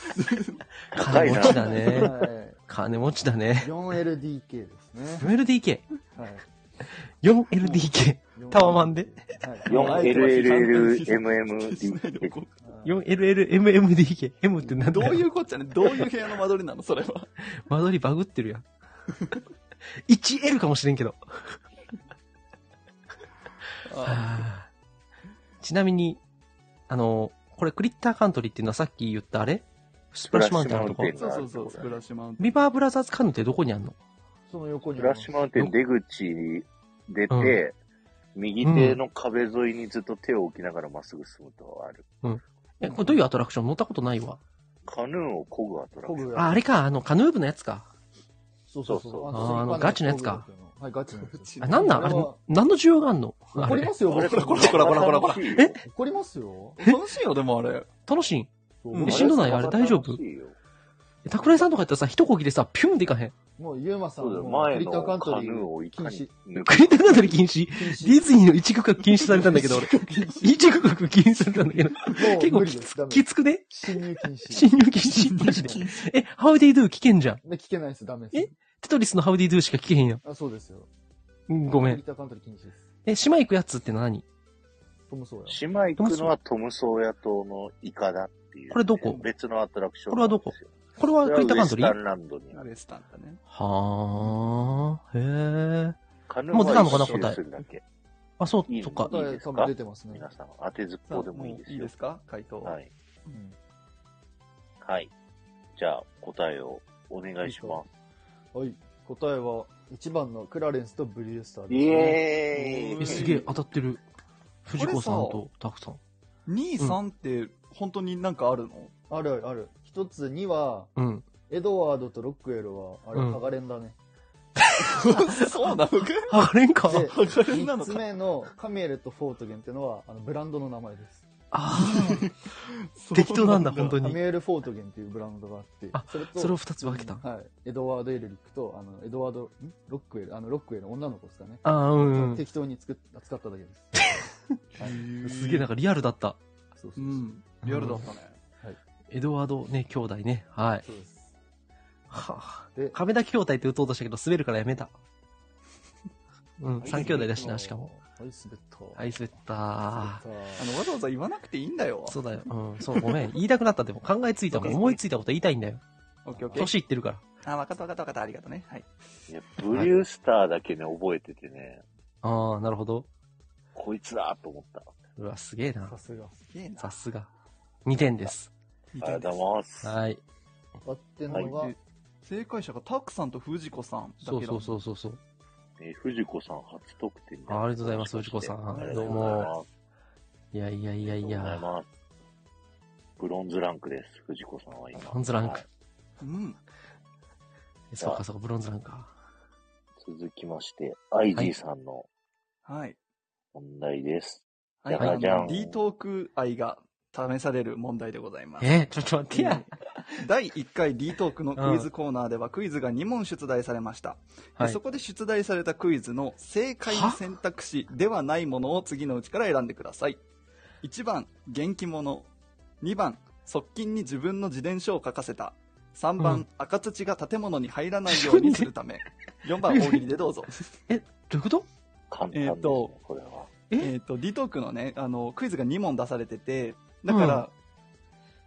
Speaker 1: 高いな
Speaker 2: 金持ちだね
Speaker 3: はい。
Speaker 2: 金持ちだね。
Speaker 3: 4LDK ですね。
Speaker 2: 4LDK。
Speaker 3: はい。
Speaker 2: 4LDK。タワマンで。
Speaker 1: 4LLMMD。
Speaker 2: 4LLMMDK。M ってなんだ
Speaker 4: どう
Speaker 2: よ
Speaker 4: いうこっちゃね、どういう部屋の間取りなの、それは。
Speaker 2: 間取りバグってるやん。1L かもしれんけど。はあちなみに、あの、これクリッターカントリーっていうのはさっき言ったあれスプラッシュマウンテンのとこ
Speaker 4: そうそうそう、スプラッシュマウンテン。
Speaker 2: ビバーブラザーズカンヌってどこにあんの
Speaker 3: その横に
Speaker 1: フラッシュマウンテン出口出て、右手の壁沿いにずっと手を置きながらまっすぐ進むとある。
Speaker 2: うん。え、これどういうアトラクション乗ったことないわ。
Speaker 1: カヌーンを漕ぐアトラクション。
Speaker 2: あ、あれか、あの、カヌー部のやつか。
Speaker 3: そうそうそう。
Speaker 2: あーあのガチのやつか。
Speaker 3: はい、ガチのやつ。
Speaker 2: あ、なんだあれ、何の需要があんの
Speaker 3: 怒りますよ、
Speaker 2: あれ
Speaker 3: 僕ら
Speaker 2: これ
Speaker 4: これこれこれこれ
Speaker 2: え
Speaker 3: 怒りますよ。
Speaker 4: 楽しいよ、でもあれ。
Speaker 2: 楽しいん
Speaker 3: う
Speaker 2: えしんどないあれ大丈夫え桜井さんとかやったらさ、一こぎでさ、ピュンっていかへん。
Speaker 3: もう、ゆうまさん
Speaker 1: そうだよ
Speaker 3: も、ク
Speaker 1: 前
Speaker 3: リッターカ
Speaker 1: の
Speaker 3: ント
Speaker 1: カ
Speaker 3: リ
Speaker 1: ヌーをいか
Speaker 3: ー
Speaker 1: に
Speaker 3: 禁
Speaker 1: 抜
Speaker 2: ク
Speaker 1: く
Speaker 2: リエイターカントリー禁止。ディズニーの一区画禁止されたんだけど、 俺。一区画禁止されたんだけ ど。結構きつきつくね
Speaker 3: 侵入禁止。
Speaker 2: 侵入禁止マジで。 え、ハウディドゥ聞けんじゃん。
Speaker 3: 止。で、聞けないです、ダメです。
Speaker 2: えテトリスのハウディドゥしか聞けへんやん。
Speaker 3: あ、そうですよ。
Speaker 2: うんご
Speaker 3: ク
Speaker 2: め
Speaker 3: リ
Speaker 2: ん
Speaker 3: ッ。ターカントリー禁止です。
Speaker 2: え、島行くやつってのは何
Speaker 3: トムソーヤ。
Speaker 1: 島行くのはトムソーヤ島のイカだっていう。
Speaker 2: これどこ
Speaker 1: 別のアトラクション。
Speaker 2: これはどここれはクリッターカントリ
Speaker 1: ウエスタン
Speaker 2: ー
Speaker 1: ランドにある。
Speaker 4: スタンだね。
Speaker 2: はー。へ
Speaker 1: カ
Speaker 2: ー。
Speaker 1: ヌ
Speaker 2: もう出たのかな
Speaker 1: ーを
Speaker 2: 答
Speaker 1: 一周
Speaker 2: え
Speaker 1: す。るだけ。
Speaker 2: あ、そう、
Speaker 1: いい
Speaker 2: そっか。
Speaker 1: いいですか
Speaker 3: 出てますね。
Speaker 1: 皆さん、当てずっぽうでもいいですよ。
Speaker 4: いいですか回答。
Speaker 1: はい。はい。じゃあ、答えをお願いします。
Speaker 3: はい。答えは、1番のクラレンスとブリュースターです、
Speaker 1: イエーイ
Speaker 2: え、すげえ、当たってる。藤子さんとタクさん。
Speaker 4: 2、3って、本当になんかあるの
Speaker 3: あるあるある。一つ、2は、
Speaker 2: うん。
Speaker 3: エドワードとロックウェルは、あれ、
Speaker 2: うん
Speaker 3: ハガレンだ ね。
Speaker 4: そうなのか
Speaker 2: ハガレンか。
Speaker 3: で、
Speaker 4: ハガレンなの
Speaker 3: 3
Speaker 4: か
Speaker 3: つ目のカミエルとフォートゲンっていうのは、あのブランドの名前です。
Speaker 2: 適当なんだ、本当
Speaker 3: カミ
Speaker 2: に。
Speaker 3: エル・フォートゲンっていうブランドがあって、
Speaker 2: あ
Speaker 3: それと
Speaker 2: それを二つ分けた
Speaker 3: うんはい。エドワード・エルリックと、あの、エドワード、んロックウェル、あの、ロックウェルの女の子ですかね。
Speaker 2: あーうんうん
Speaker 3: 適当に作っ扱っただけです。
Speaker 2: すげえ、なんかリアルだった。
Speaker 3: そう
Speaker 4: そううん。リアルだったね。
Speaker 2: エドワードね、兄弟ね。はい。
Speaker 3: そうです。
Speaker 2: は
Speaker 3: ぁ、
Speaker 2: 亀田兄弟って打とうとしたけど、滑るからやめた。 うん、三兄弟だしな、しかも。
Speaker 3: はい、滑った。
Speaker 2: はい、滑った
Speaker 3: 滑った
Speaker 4: あの、わざわざ言わなくていいんだよ。
Speaker 2: そうだよ。うん、そう、ごめん。言いたくなった。でも考えついたもん。思いついたこと言いたいんだよ。
Speaker 4: オッケーオッケー。
Speaker 2: 年いってるから。
Speaker 4: あ、わかったわかったわかった。ありがとうね。はい。
Speaker 1: いや、ブリュースターだけね、覚えててね、
Speaker 2: ああ、なるほど。
Speaker 1: こいつだと思った。
Speaker 2: うわ、すげえな。
Speaker 4: さすが。
Speaker 2: すげえな。さすが。2点です。
Speaker 1: ありがとうございます。
Speaker 2: はい。
Speaker 12: 買って
Speaker 4: はいで正解者がタクさんと藤子さんだけだ
Speaker 2: そうそうそうそうそう。
Speaker 1: えー藤子さん初得点
Speaker 2: あありがとうございます、藤子さ
Speaker 1: ありがと
Speaker 2: ん。ど
Speaker 1: う
Speaker 2: う
Speaker 1: ございま
Speaker 2: も。いやいやいやい
Speaker 1: ありがとう
Speaker 2: や。
Speaker 1: ございます。ブロンズランクです、藤子さんは今。
Speaker 2: ブロンズランク
Speaker 1: はい。
Speaker 4: うん。
Speaker 2: そうかそうか、ブロンズランか。
Speaker 1: 続きまして、IG さんの
Speaker 4: はい。
Speaker 1: 問題です。
Speaker 4: はい。
Speaker 1: じゃがじゃ
Speaker 4: あの
Speaker 1: ん。
Speaker 4: D トーク愛が試される問題でございます。
Speaker 2: え、ちょっと待ってや。
Speaker 4: 第1回 D トークのクイズコーナーではクイズが2問出題されました、で
Speaker 2: はい
Speaker 4: そこで出題されたクイズの正解の選択肢ではないものを次のうちから選んでください1番元気者2番側近に自分の自転車を書かせた3番、
Speaker 2: うん
Speaker 4: 赤土が建物に入らないようにするた め4番大喜利でどうぞ
Speaker 2: どういうこと
Speaker 1: 簡単
Speaker 4: えっ、と
Speaker 1: これは。
Speaker 4: えっ、と D トークのねあのクイズが2問出されててだから、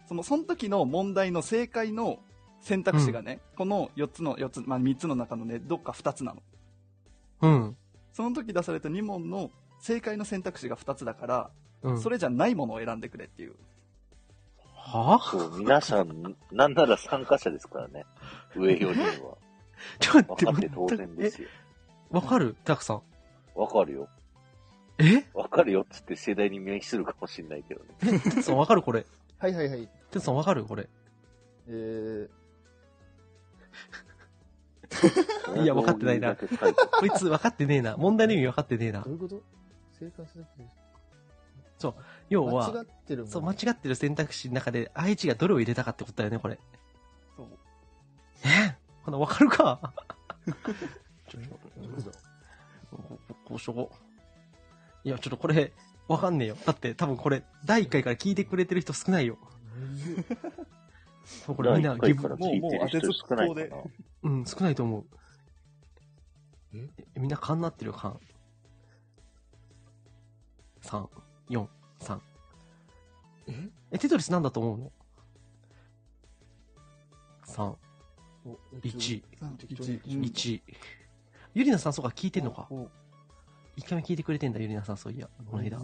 Speaker 4: そのその時の問題の正解の選択肢がね、この4つの4つ、まあ、3つの中のねどっか2つなの
Speaker 2: うん。
Speaker 4: その時出された2問の正解の選択肢が2つだから、
Speaker 2: うん
Speaker 4: それじゃないものを選んでくれっていう
Speaker 2: は
Speaker 1: そう、皆さん、なんなら参加者ですからね。上4人 は。
Speaker 2: ちょっと
Speaker 1: 分かって当然ですよ。
Speaker 2: わかるたくさん。
Speaker 1: わかるよ。
Speaker 2: え
Speaker 1: わかるよっつって世代に明示するかもしれないけどね。
Speaker 2: え、てつさんわかるこれ。
Speaker 12: はいはいはい。
Speaker 2: てつさんわかるこれ。
Speaker 12: えー、
Speaker 2: いや、分かってな いな。こいつ分かってねえな。問題の意味分かってねえな
Speaker 12: どう。いうこと正解するって
Speaker 2: そう。要は、
Speaker 12: 間違ってるもん
Speaker 2: そう、間違ってる選択肢の中で、愛知がどれを入れたかってことだよね、これ。
Speaker 4: そう
Speaker 2: えこんな分かるか ちょ
Speaker 12: どうぞ
Speaker 2: ここうしとこう。いや、ちょっとこれ、わかんねえよ。だって、多分これ、第1回から聞いてくれてる人少ないよ。多分これみんな、
Speaker 1: 第一回
Speaker 2: ギブ
Speaker 1: から聞いてる人少ないかな。
Speaker 2: うん、少ないと思う。えみんな勘になってるよ、勘。3、4、3。
Speaker 12: え
Speaker 2: え、テトリスなんだと思うの ?3、1、1。ゆりなさん、そうか、聞いてんのか。一回も聞いてくれてんだ、ゆりなさん、そういや。この間。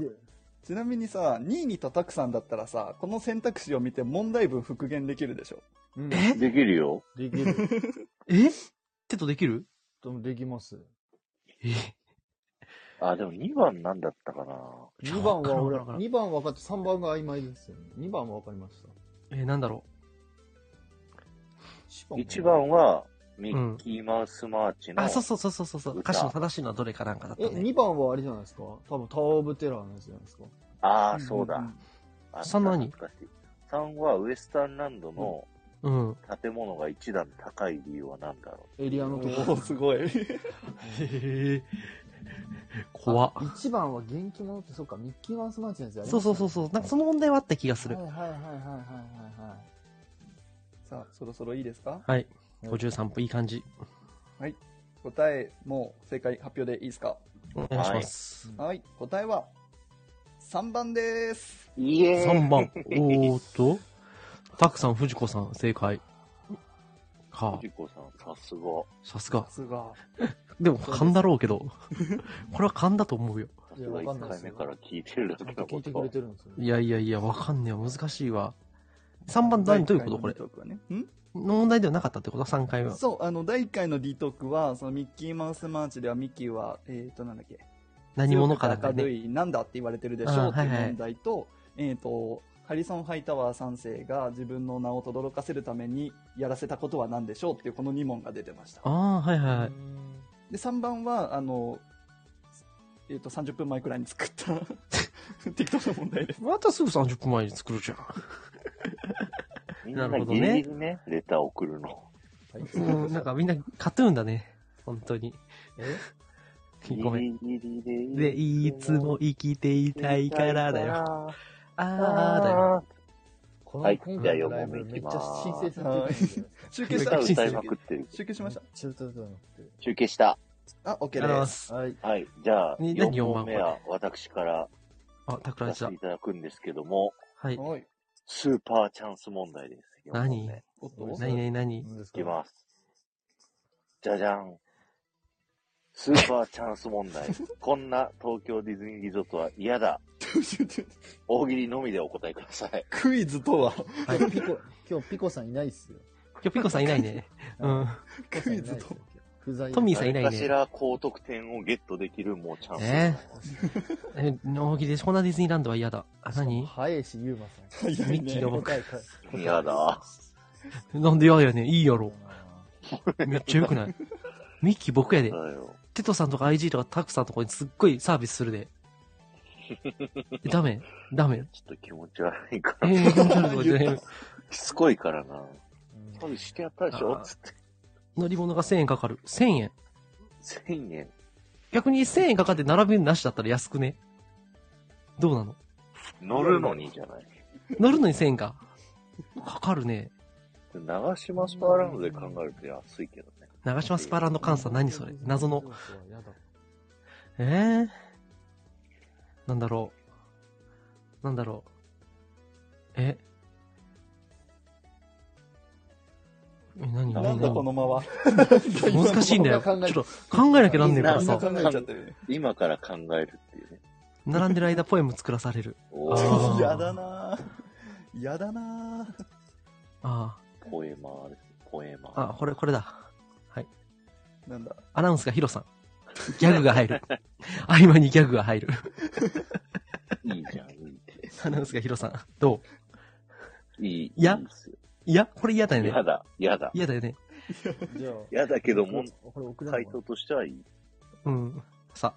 Speaker 4: ちなみにさ2位にとたくさんだったらさこの選択肢を見て問題文復元できるでしょ
Speaker 1: えできるよ。
Speaker 12: できる。
Speaker 2: えテトできる
Speaker 12: でもできます。
Speaker 1: あ、でも2番なんだったかな。
Speaker 12: 2番は俺
Speaker 1: わからん
Speaker 12: 2番分かって3番が曖昧ですよね。2番は分かりました。
Speaker 2: えー、なんだろ
Speaker 1: 1番は、ミッキーマウスマーチ
Speaker 2: う。
Speaker 1: の、
Speaker 2: あ、そうそうそうそうそう。
Speaker 1: 歌
Speaker 2: 歌詞の正しいのはどれかなんかだっ
Speaker 12: え、
Speaker 2: たね。
Speaker 12: 2番はあれじゃないですか多分タワーオブテラーのやつじゃないですか
Speaker 1: ああ、そうだ。
Speaker 2: 3の何
Speaker 1: 3はウエスタンランドの
Speaker 2: うん。
Speaker 1: 建物が一段高い理由は何だろ
Speaker 12: エリアのとこ
Speaker 4: おーす ごい
Speaker 2: へ え。怖っ。
Speaker 12: 1番は元気者って、そうか、ミッキーマウスマーチのやつやりま
Speaker 2: そうそうそうそう。なんかその問題はあった気がする
Speaker 12: は。いはいはいはいはいはいはい。
Speaker 4: さあそろそろいいですか
Speaker 2: はい。53分、いい感じ。
Speaker 4: はい答えもう正解発表でいいですか
Speaker 2: お願いします。
Speaker 4: はい答えは3番です
Speaker 1: う。いえ
Speaker 2: 3番。おーっと。たくさん、藤子さん、正解。か
Speaker 1: 藤子さん、さすが。
Speaker 2: さすが
Speaker 4: さ。すが
Speaker 2: でも、勘だろうけど。これは勘だと思うよ。
Speaker 1: さすが1回目から聞いてるだけの
Speaker 12: 聞
Speaker 1: こと。
Speaker 12: いてくれてるんですよ。
Speaker 2: いやいやいや、わかんねえよ。難しいわ。3番何どういうことこれ。
Speaker 4: 第一回の D トークはね
Speaker 2: の問題ではなかったってこと ?3 回目
Speaker 4: ん
Speaker 2: は。
Speaker 4: そうあの第1回の D トークはそのミッキーマウスマーチではミッキーはえっ、となんだっけ
Speaker 2: 何者かだ
Speaker 4: だ
Speaker 2: から
Speaker 4: 明る
Speaker 2: ね。
Speaker 4: いなんだって言われてるでし
Speaker 2: あー
Speaker 4: ょうっていう
Speaker 2: はいはい
Speaker 4: 問題と,、えっ、とハリソン・ハイタワー3世が自分の名を轟かせるためにやらせたことは何でしょうっていうこの2問が出てました
Speaker 2: ああ、はいはいはい。
Speaker 4: で3番はあの、えっと30分前くらいに作った 適当な問題です
Speaker 2: またすぐ30分前に作るじゃん。
Speaker 1: みん
Speaker 2: な
Speaker 1: な
Speaker 2: るほど
Speaker 1: ギ
Speaker 2: ね
Speaker 1: リギリね、レター送るの。
Speaker 2: うん、なんかみんな、カトゥーンだね。本当に。ごめん。
Speaker 1: ギリギリ
Speaker 2: で、いつも生きていたいからだよ。
Speaker 1: よ。
Speaker 2: あーだよ。
Speaker 12: こ
Speaker 1: はい
Speaker 12: 今
Speaker 1: じゃあ
Speaker 12: 回のライ
Speaker 1: 四問
Speaker 12: ブ
Speaker 1: 目
Speaker 12: め
Speaker 1: い
Speaker 12: っ
Speaker 1: き
Speaker 12: ちゃ
Speaker 1: ます
Speaker 12: 申請されてるんじゃないですか。
Speaker 4: 集計し
Speaker 1: 歌
Speaker 4: た
Speaker 1: 歌いまくってる。
Speaker 4: 集計しました
Speaker 12: ちょっとどうなってる
Speaker 1: 中継した。
Speaker 2: ありが
Speaker 4: あ OK
Speaker 2: とうござい
Speaker 4: で
Speaker 2: ますす。
Speaker 12: はい。
Speaker 1: はい。じゃあ、
Speaker 2: ね
Speaker 1: 4
Speaker 2: 何
Speaker 1: 問目は私から
Speaker 2: あ、たくら
Speaker 1: 出
Speaker 2: んち
Speaker 1: し
Speaker 2: だ
Speaker 1: てい。ただくんですけども、
Speaker 2: はい。
Speaker 4: はい
Speaker 1: スーパーチャンス問題です。
Speaker 2: 何
Speaker 1: い
Speaker 4: おっと
Speaker 2: 何何何
Speaker 12: 何です
Speaker 1: きます。じゃじゃん。スーパーチャンス問 題。こんな東京ディズニーリゾートは嫌だ。大喜利のみでお答えください。
Speaker 4: クイズとは
Speaker 3: ピコ、今日ピコさんいないっすよ。
Speaker 2: 今日ピコさんいないね。うん。
Speaker 4: クイズと。
Speaker 3: 不在。
Speaker 2: トミーさんいないね
Speaker 1: 誰かしら高得点をゲットできるもうチャンス。
Speaker 2: ねえ。え、大喜利で、そんなディズニーランドは嫌だ。あ、何
Speaker 3: 早いし、ユーマさん。
Speaker 2: 早いねミッキーの僕
Speaker 3: 答え返す
Speaker 1: 嫌だ。
Speaker 2: なんで嫌やねん。いいやろ。めっちゃ良くない。ミッキー僕やで。テトさんとか IG とかタクさんとかにすっごいサービスするで。えダメダメ
Speaker 1: ちょっと気持ち悪いから。
Speaker 2: えー気持ち悪いとか言ってない
Speaker 1: しつこいからな。多分してやったでしょ
Speaker 2: あー
Speaker 1: つって。
Speaker 2: 乗り物が1000円かかる。1000円。
Speaker 1: 1000円。
Speaker 2: 逆に1000円かかって並びなしだったら安くねどうなの
Speaker 1: 乗るのにじゃない。
Speaker 2: 乗るのに1000円か。かかるね。
Speaker 1: 長島スパーランドで考えると安いけどね。
Speaker 2: 長島スパランド監査何それ謎の。えー、なんだろう。なんだろう。ええ何
Speaker 4: な
Speaker 2: 何
Speaker 4: んだこの間は。
Speaker 2: 難しいんだよ。ちょっと考えなきゃなんねえからさ。
Speaker 1: 今から考えるっていうね。
Speaker 2: 並んでる間ポエム作らされる。
Speaker 1: お
Speaker 2: あ
Speaker 1: ー
Speaker 2: ー
Speaker 4: やだなぁ。やだなぁ。
Speaker 2: あ
Speaker 1: ポエマーです。ポエマ
Speaker 2: あ、あ、これ、これだ。
Speaker 4: なんだ。
Speaker 2: アナウンスがヒロさん。ギャグが入 る。合間にギャグが入る。
Speaker 1: ー。いいじゃん、いい
Speaker 2: アナウンスがヒロさん。ど
Speaker 1: ういい。
Speaker 2: いやいや、これ嫌だよね。
Speaker 1: 嫌だ、嫌だ。
Speaker 2: 嫌だよね。
Speaker 3: じゃあ、
Speaker 1: 嫌だけども
Speaker 3: これ送、らない
Speaker 1: 回答としてはいい。
Speaker 2: うん。さ。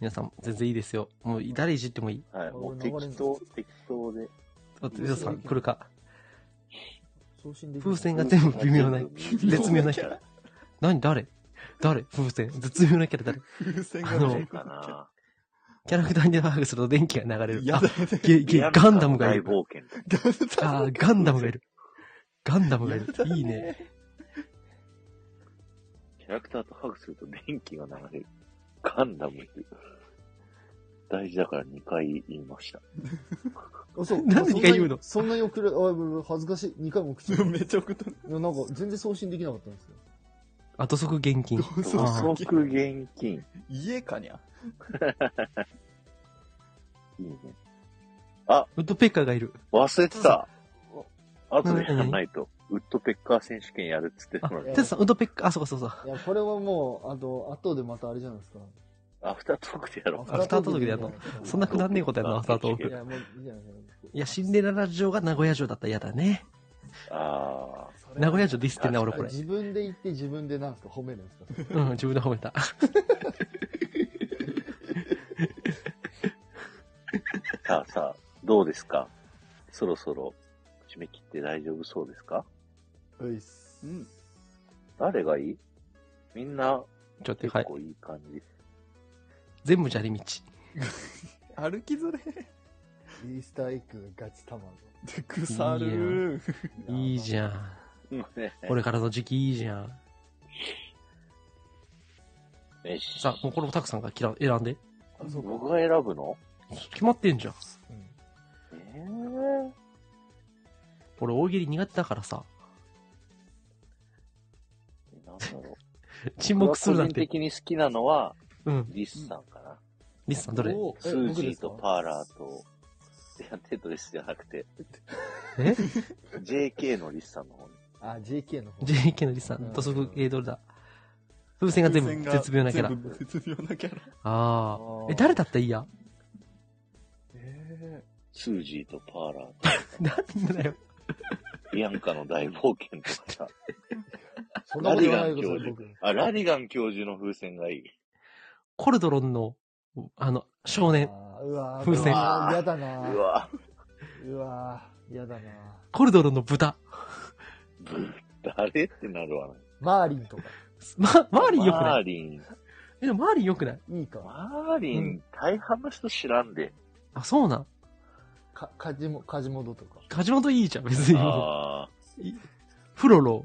Speaker 2: 皆さん、全然いいですよ。もう、誰いじってもいい。
Speaker 1: はい、もう適当、適当で。
Speaker 2: あヒロさん、来るか。
Speaker 3: 送信できない
Speaker 2: 風船が全部微妙な、絶妙なキャラ。何誰誰風船。絶妙なキャラ誰
Speaker 4: 風船
Speaker 2: あの、
Speaker 1: かな
Speaker 2: キャラクターにハグすると電気が流れる。あ、ゲ、ゲ、
Speaker 1: リアル
Speaker 2: ガンダムがいる。
Speaker 1: 大冒険。
Speaker 2: あーガンダムがいる。ガンダムがいる。いいね。
Speaker 1: キャラクターとハグすると電気が流れる。ガンダムって。大事だから2回言いました。
Speaker 3: あそう。
Speaker 2: なんで二回言うの
Speaker 3: あそんなにそんなに送る、あ、ぶぶ恥ずかしい。2回も送っちゃった。め
Speaker 4: ちゃ送った。い
Speaker 3: や、なんか、全然送信できなかったんですよ。
Speaker 2: 後足現金。
Speaker 1: 土足現金。
Speaker 4: 家かにゃ。
Speaker 1: いいね。あ、
Speaker 2: ウッドペッカーがいる。
Speaker 1: 忘れてた。あと
Speaker 2: 何
Speaker 1: でやんないと。ウッドペッカー選手権やるっつってたのに
Speaker 2: テ。ツさん、ウッドペッカー、あ、そうかそうか。
Speaker 3: いや、これはもう、あと、後でまたあれじゃないですか。
Speaker 1: アフタートークでやろう。
Speaker 2: アフタートークでやるの。そんなくだんねえことやな、アフタートー
Speaker 3: いや、
Speaker 2: ク。
Speaker 3: もう、いいじゃないですか。
Speaker 2: いや、シンデレラ城が名古屋城だったら嫌だね。
Speaker 1: あ
Speaker 3: ー
Speaker 2: 名古屋城ディスってんな、俺これ。
Speaker 3: 自分で言って自分でなんですか褒めるんですか
Speaker 2: うん、自分で褒めた。
Speaker 1: さあさあ、どうですかそろそろ締め切って大丈夫そうですか
Speaker 3: ういっす。
Speaker 4: うん。
Speaker 1: 誰がいいみんな、
Speaker 2: ちょっと、はい
Speaker 1: 結。構いい感じ。
Speaker 2: 全部砂利道。
Speaker 4: 歩きづれ。
Speaker 3: イースターエッグがガチ卵。
Speaker 4: 腐る。
Speaker 2: いいじゃん。これからの時期いいじゃん。
Speaker 1: よし。
Speaker 2: さあ、もうこれもたくさんが嫌選んで。
Speaker 1: 僕が選ぶの
Speaker 2: 決まってんじゃん。
Speaker 1: えー、
Speaker 2: 俺大喜利苦手だからさ。
Speaker 1: なんだろう。
Speaker 2: 沈黙するなん
Speaker 1: 僕は
Speaker 2: て
Speaker 1: 個人。的に好きなのは、
Speaker 2: うん。
Speaker 1: リスさんかな。
Speaker 2: リスさんどれ
Speaker 1: スージーとパーラーと、いや、テトリスじゃなくて、
Speaker 2: え
Speaker 1: JK のリスさんの方に。
Speaker 3: あ、JK の方。
Speaker 2: ?JK のリスさん、土足えーどれだ風船が全部絶妙なキャラ。
Speaker 4: 全部絶妙なキャラ。
Speaker 2: あ
Speaker 3: ー
Speaker 2: あ。え、誰だったらいいや
Speaker 4: え
Speaker 1: スージーとパーラー
Speaker 2: なんだよ。
Speaker 1: と、ビアンカの大冒険とかさ、
Speaker 3: そんな
Speaker 1: ラ
Speaker 3: こと
Speaker 1: リ
Speaker 3: 言わ
Speaker 1: ガ
Speaker 3: ない
Speaker 1: ン
Speaker 3: で
Speaker 1: 教
Speaker 3: ください、
Speaker 1: 授
Speaker 3: 僕。。
Speaker 1: あ、ラリガン教授の風船がいい。
Speaker 2: コルドロンの、あの、少年。
Speaker 3: あうわー
Speaker 2: 風船
Speaker 3: うわーやだな
Speaker 1: うわ
Speaker 3: うわーやだな
Speaker 2: コルドロンの豚。
Speaker 1: ぶ誰ってなるわな。
Speaker 3: マーリンとか。
Speaker 2: ま、マーリンよく
Speaker 1: マ
Speaker 2: な
Speaker 1: ー
Speaker 2: い
Speaker 1: リン。
Speaker 2: え、でもマーリンよくない
Speaker 3: いいか。
Speaker 1: マーリ
Speaker 2: う
Speaker 1: ン、大半の人知らんで。
Speaker 2: あ、そうなん。
Speaker 3: か、カジモ、カジモドとか。
Speaker 2: 梶本いいじゃん、別に。
Speaker 1: あ
Speaker 2: フロロ。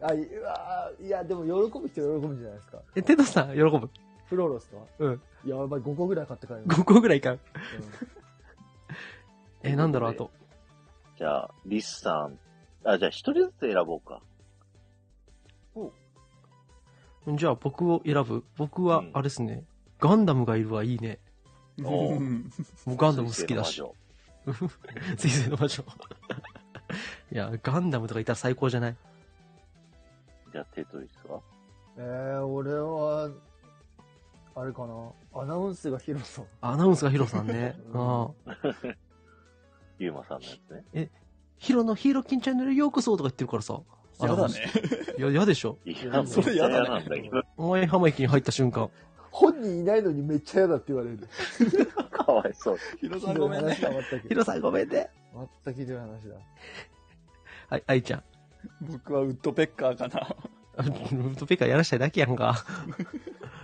Speaker 3: あ、いうわーいや、でも喜ぶ人は喜ぶんじゃないですか。
Speaker 2: え、テトさん、喜ぶ。
Speaker 3: フロロスとは
Speaker 2: うん。
Speaker 3: やばい、5個ぐらい買って帰る。
Speaker 2: 5個ぐらい買う。
Speaker 3: う
Speaker 2: え、なんだろう、あと。
Speaker 1: ーじゃあ、リスさん。あ、じゃあ一人ずつ選ぼうか。
Speaker 2: じゃあ僕を選ぶ。僕は、あれですね、ガンダムがいるはいいね。
Speaker 1: おう
Speaker 2: うんもうガンダム好きだし
Speaker 1: 水星の。
Speaker 2: 水星の魔女。 いや、ガンダムとかいたら最高じゃない
Speaker 1: じゃあ、テトリスは
Speaker 3: えー、俺は、あれかな。アナウンスが広そう。
Speaker 2: アナウンスがヒロさんね。 ああ
Speaker 1: ゆうまさんのやつね。
Speaker 2: え、ヒロのヒーローキンチャンネルへようこそとか言ってるからさ。
Speaker 1: やだね
Speaker 2: あの。いや、嫌でしょ。
Speaker 1: いや、それ嫌なんだ けど。
Speaker 2: 前浜駅に入った瞬間。
Speaker 3: 本人いないのにめっちゃ嫌だって言わ れる。
Speaker 1: かわいそう。
Speaker 3: ヒロ
Speaker 2: さんごめんね ヒロさんごめんね。
Speaker 3: 全くひどい話だ。
Speaker 2: はい、愛ちゃん。
Speaker 4: 僕はウッドペッカーかな。
Speaker 2: あウッドペッカーやらしたいだけやんか。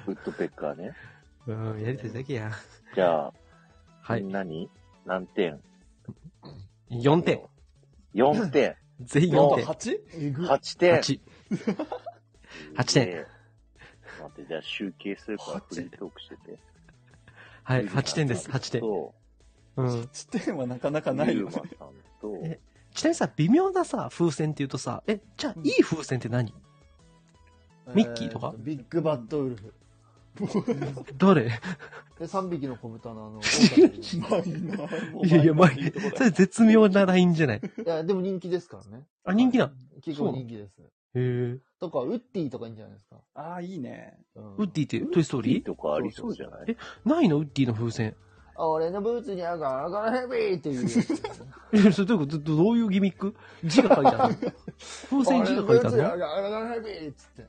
Speaker 1: ウッドペッカーね。
Speaker 2: うん、やりたいだけやん。
Speaker 1: じゃあ、
Speaker 2: はい。
Speaker 1: 何何点
Speaker 2: 4点。
Speaker 1: ?4 点。
Speaker 2: 全員4点。
Speaker 1: 8?8 点。
Speaker 2: 8。8点。
Speaker 1: 待って、じゃあ集計するからフリートークしてて。
Speaker 2: はい、8点です、8点。うん。
Speaker 4: 1点はなかなかないよね。
Speaker 2: えちなみにさ、微妙なさ、風船って言うとさ、え、じゃあ、いい風船って何ミッキーとか
Speaker 3: えビッグバッドウルフ。
Speaker 2: 誰
Speaker 3: で、3匹の子豚のあ の、
Speaker 2: いやいや、まあそれ絶妙なラインじゃない。
Speaker 3: いや、でも人気ですからね。
Speaker 2: あ、人気な
Speaker 3: 結構人気です。
Speaker 2: へえ。
Speaker 3: とか、ウッディとかいいんじゃないですか。
Speaker 4: ああ、いいね。
Speaker 2: ウッディって、トイストーリー
Speaker 1: とかありそうじゃない
Speaker 2: え、ないのウッディの風船。
Speaker 3: 俺のブーツに合うから、ガラヘビーっていう。
Speaker 2: え、それどういうことどどういうギミック字が書いてあるの 風船字が書いて
Speaker 3: 俺
Speaker 2: ある
Speaker 3: のブーツに合
Speaker 2: の
Speaker 3: うから、ガラヘビーっつって。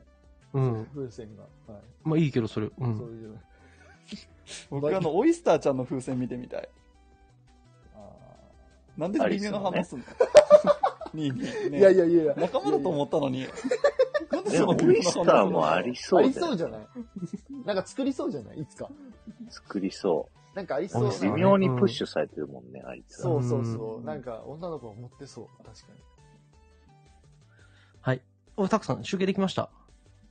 Speaker 2: うん。
Speaker 3: 風船が。はい。
Speaker 2: まあいいけど、それ。う
Speaker 3: そ
Speaker 2: ん。
Speaker 3: ういうの。
Speaker 4: 僕あの、オイスターちゃんの風船見てみたい。なんで微妙な話すんのねえねえ
Speaker 3: いやいやいやいや
Speaker 4: 仲間だと思ったのに。なん
Speaker 1: でも、オイスターもありそう
Speaker 3: あ
Speaker 1: だよ
Speaker 3: りそうじゃないなんか作りそうじゃないいつか。
Speaker 1: 作りそ
Speaker 3: なんかありそ
Speaker 1: う。
Speaker 3: う
Speaker 1: 微妙にプッシュされてるもんね、あいつ
Speaker 3: そうそう
Speaker 1: う。
Speaker 3: そう。なんか女の子持ってそう。確かに。
Speaker 2: はい。お、たくさん、集計できました。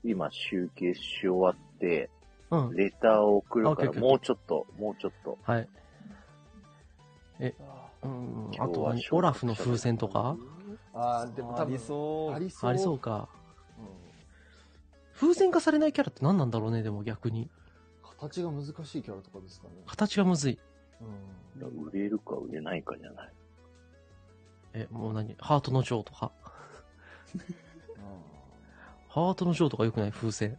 Speaker 1: 今、集計し終わって、
Speaker 2: うん。
Speaker 1: レターを送るか
Speaker 2: あオ
Speaker 1: ら、
Speaker 2: ッケー
Speaker 1: もうちょっと、もうちょっと。
Speaker 2: はい。え、うん、あと
Speaker 1: は
Speaker 2: 何オラフの風船とか
Speaker 3: あーでも多分。
Speaker 4: ありそう。
Speaker 3: ありそう。
Speaker 2: ありそうか。風船化されないキャラって何なんだろうね、でも逆に。
Speaker 3: 形が難しいキャラとかですかね。
Speaker 2: 形がむずい。
Speaker 1: 売れるか売れないかじゃない。
Speaker 2: え、もう何ハートの女王とか。ハートの女王とか良くない風船。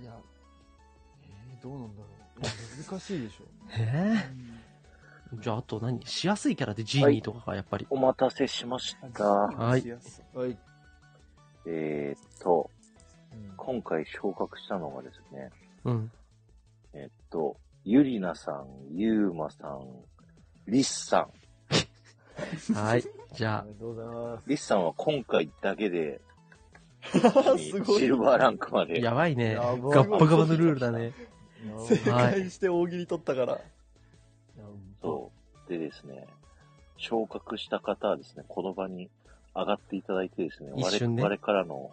Speaker 3: いや、えー、どうなんだろう。難しいでしょ。
Speaker 2: ええじゃあ、あと何しやすいキャラでジーニーとかがやっぱり。
Speaker 1: お待たせしました。
Speaker 2: はい。
Speaker 3: はい。
Speaker 1: えーっと、今回昇格したのがですね、
Speaker 2: うん。
Speaker 1: えっと、ゆりなさん、ゆうまさん、りっさ
Speaker 2: はい。じゃあ。あ
Speaker 3: りがとうございます。
Speaker 1: ん。りっさんは今回だけ で、シ
Speaker 4: ごい
Speaker 1: ルバーランクまで。
Speaker 2: やばいね。ガ
Speaker 1: やばい
Speaker 2: ッバガバのルールだね。
Speaker 4: 正
Speaker 2: はい。
Speaker 4: 解して大喜利取ったから。
Speaker 1: そう。でですね、昇格した方はですね、この場に上がっていただいてですね、
Speaker 2: 一瞬ね
Speaker 1: 我々からの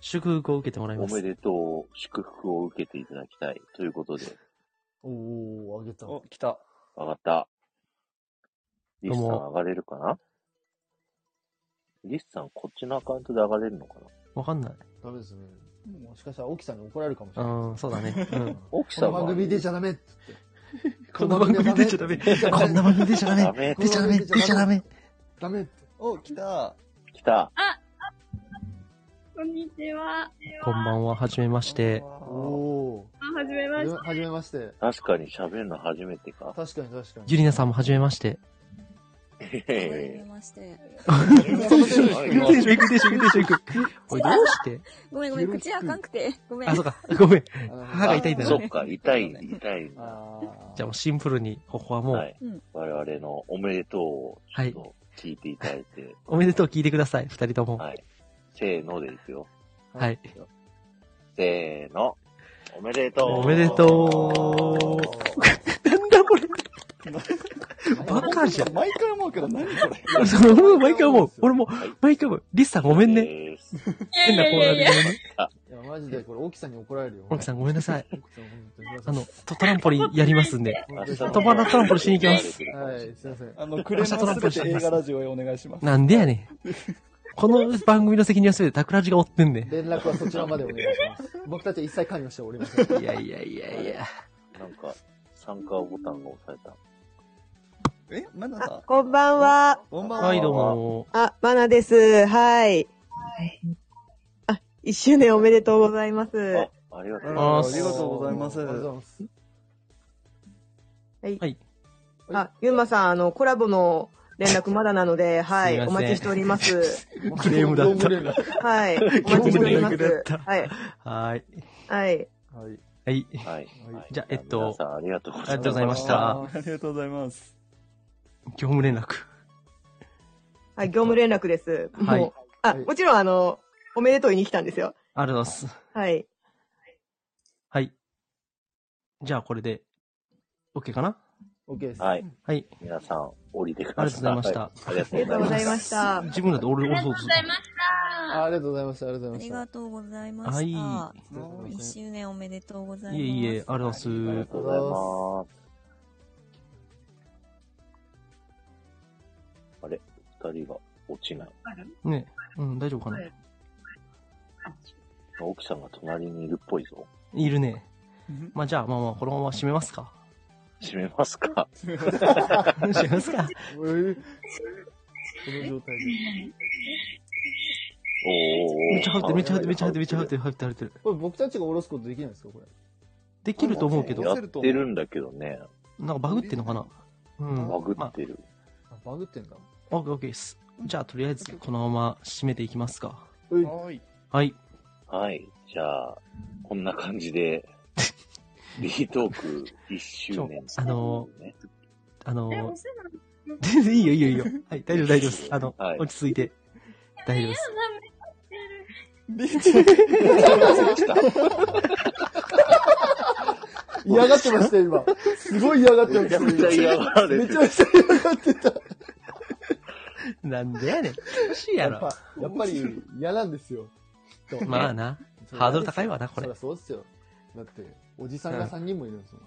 Speaker 2: 祝福を受けてもらいま
Speaker 1: お
Speaker 2: す。
Speaker 1: めでとう、祝福を受けていただきたいということで、
Speaker 3: おー、あげた。
Speaker 4: お、来た。
Speaker 1: 上がった。リスさん
Speaker 2: どうも
Speaker 1: 上がれるかなリスさんこっちのアカウントで上がれるのかな
Speaker 2: わかんない。
Speaker 3: ダメですね。もしかしたら、沖さんに怒られるかもし
Speaker 2: う
Speaker 3: れない。
Speaker 2: ん、そうだね。うん。
Speaker 1: 奥
Speaker 3: この
Speaker 1: は
Speaker 3: 番組出ちゃダメって
Speaker 2: こんな番組出ちゃダメ。こんな番組出ちゃダメ。出ちゃダメ。出ちゃダメ。
Speaker 3: ダメって。
Speaker 4: お、来た。
Speaker 1: 来た。
Speaker 8: こんにちは。
Speaker 2: こんばんは、はじめまして。
Speaker 3: おー。
Speaker 8: あはじめまして。
Speaker 3: はじめまして。
Speaker 1: 確かに喋るの初めて か。
Speaker 3: 確かに確かに。
Speaker 2: ゆりなさんもはじめまして。
Speaker 1: え
Speaker 8: まして。
Speaker 2: 行くでしょ、行くでしょ、行くでしょ、行く。おい、どうして
Speaker 8: ごめんごめん、口あかんくて。ごめん。
Speaker 2: あ、そうか。ごめん。歯が痛いんだね。
Speaker 1: そっか、痛い、痛い。
Speaker 2: じゃあもうシンプルに、ここはもう、
Speaker 8: うん。
Speaker 1: 我々のおめでとうをちょっと聞いていただいて、
Speaker 2: おめでとう聞いてください、二人とも。はい。
Speaker 1: せーのでいくよ。
Speaker 2: はい。
Speaker 1: せーの。おめでとう。
Speaker 2: おめでとう。なんだこれ。バカじゃん。
Speaker 4: 毎回思うけど何これ。
Speaker 2: そう俺も毎回思う。俺も、毎回思う。リスさんごめんね。変なコーナーでごめんね。
Speaker 3: いや、マジでこれ、沖さんに怒られるよ。
Speaker 2: 奥さんごめんなさい。
Speaker 3: 沖さん、本当に
Speaker 2: あの、トトランポリンやりますんで。トバナトランポリンしに行きます。
Speaker 3: はい、すいません。
Speaker 4: あの、クレームはすべて映画ラジオへお願いします。
Speaker 2: なんでやねこの番組の責任は全てタクラジが追ってんねん。
Speaker 3: 連絡はそちらまでお願いします。僕たちは一切関与しておりません。
Speaker 2: いやいやいやいや。
Speaker 1: なんか、参加ボタンが押された。
Speaker 4: えまだだ。
Speaker 13: こんばんは。
Speaker 4: こん
Speaker 1: ばんははいどうも。
Speaker 13: あ、まなです。はい。あ、一周年おめでとうございます。
Speaker 1: ありが
Speaker 4: とうございます。ありがとうございます。
Speaker 13: はい。あ、ゆうまさん、あの、コラボの連絡まだなので、は
Speaker 2: すいませ
Speaker 13: い、
Speaker 2: ん
Speaker 13: お待ちしております。
Speaker 2: クレームだった。
Speaker 13: はい、お待ちしておりま
Speaker 2: 業務連絡
Speaker 13: す。はい。
Speaker 2: はーい。
Speaker 13: はい。
Speaker 4: はい。
Speaker 2: はい。
Speaker 1: はい。
Speaker 2: じゃあ、えっと、
Speaker 1: さんありがとうございます
Speaker 2: ありがとうございました。
Speaker 4: ありがとうございます。
Speaker 2: 業務連絡。
Speaker 13: はい、業務連絡です。もう、
Speaker 2: はい
Speaker 13: あ、もちろん、あの、おめでとう言いに来たんですよ。
Speaker 2: ありがとうございます。
Speaker 13: はい。
Speaker 2: はい。じゃあ、これで、OK かな
Speaker 3: OK です。
Speaker 1: はい。
Speaker 2: はい。
Speaker 1: 皆さん、降りてくだ
Speaker 2: ありがとうご
Speaker 1: さ
Speaker 2: ざ
Speaker 1: い。
Speaker 2: いました。
Speaker 1: ありがとうございま
Speaker 13: したありがとうございました
Speaker 2: 自分だと俺、俺そうそう。
Speaker 8: まし
Speaker 3: あありがとうございました。ありがとう
Speaker 14: あ
Speaker 3: ござ
Speaker 14: り
Speaker 3: いま
Speaker 14: が
Speaker 3: し
Speaker 14: とうございま
Speaker 2: はい
Speaker 14: した。一周年おめでとうございます。
Speaker 2: いえいえ、ありがとうございます。ありが
Speaker 1: とうございます。あれ、二人が落ちない。
Speaker 2: ねうん、大丈夫かな、
Speaker 1: 奥さんが隣にいるっぽいぞ。
Speaker 2: いるね。まあ、じゃあ、まあまあ、このまま締めますか。
Speaker 1: 閉めますか。
Speaker 2: 閉めますか。
Speaker 3: た。うんこの状態で。
Speaker 1: お
Speaker 2: めっち ゃ入ってる、めっちゃ入ってる、めっちゃ入ってる、めっちゃ入ってる、入ってる、入ってる。
Speaker 3: これ僕たちが下ろすことできないんですかこれ。
Speaker 2: できると思うけど。
Speaker 1: やってるんだけどね。
Speaker 2: なんかバグってんのかなうん。
Speaker 1: バグってる。
Speaker 3: あバグってんだ。
Speaker 2: オッケーオッケーです。じゃあ、とりあえず、このまま締めていきますか。
Speaker 3: はい。
Speaker 2: はい。
Speaker 1: はい。じゃあ、こんな感じ で、リートーク1周年。
Speaker 2: あのー、あのー、
Speaker 8: た。
Speaker 2: いいよいいよいいよ。はい、大丈夫大丈夫です。あの、落ち着いて。大丈夫です。
Speaker 3: 嫌がってましたよ、今。すごい嫌がってました。
Speaker 2: めちゃめちゃ嫌がられてる
Speaker 3: めちゃめちゃ嫌がってた。
Speaker 2: なんでやねん。おかしいやろ
Speaker 3: っ。ぱやっぱり嫌なんですよ。きっと
Speaker 2: まあなハードル高いわなこれ
Speaker 3: そりゃそうっすよ。だって、おじさんが3人もいるんですもん。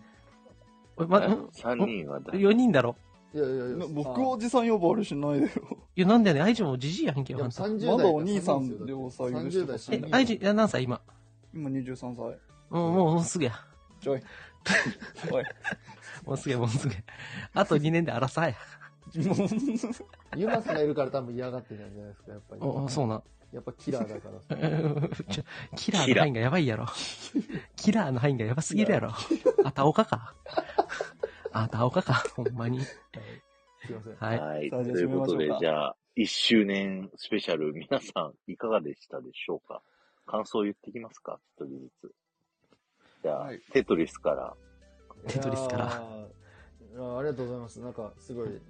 Speaker 2: おいま、
Speaker 1: 3人はだ。
Speaker 2: 4人だろ。
Speaker 3: いやいやいや。
Speaker 4: 僕おじさん呼ばわりしないでよ。
Speaker 2: いや、なんだよね。愛知もじじいやんけよ、あんた
Speaker 4: まだお兄さんでお歳暮してま
Speaker 2: え、愛知、いや、何歳今。
Speaker 4: 今23歳。
Speaker 2: もう、もう、もうすぐや。
Speaker 4: ちょい。おい。
Speaker 2: もうすぐや、もうすぐや。あと2年で荒さや。
Speaker 3: ユマスがいるから多分嫌がってたんじゃないですか、やっぱり。
Speaker 2: おおそうな。
Speaker 3: やっぱキラーだからさ。
Speaker 2: ちょキラーの範囲がやばいやろ。キラーの範囲がやばすぎるやろ。あたおかか。あたおかか、ほんまに。
Speaker 3: すいません。
Speaker 2: はい
Speaker 1: はい。
Speaker 2: さ
Speaker 1: と
Speaker 2: あじゃあ
Speaker 1: いうこと
Speaker 2: 締め
Speaker 1: で
Speaker 2: ましょう、か
Speaker 1: じゃあ、1周年スペシャル、皆さんいかがでしたでしょうか感想言ってきますか一人ずつ。じゃあ、テトリス から。
Speaker 2: テトリスから
Speaker 3: いやーありがとうございます。なんか、すごい、1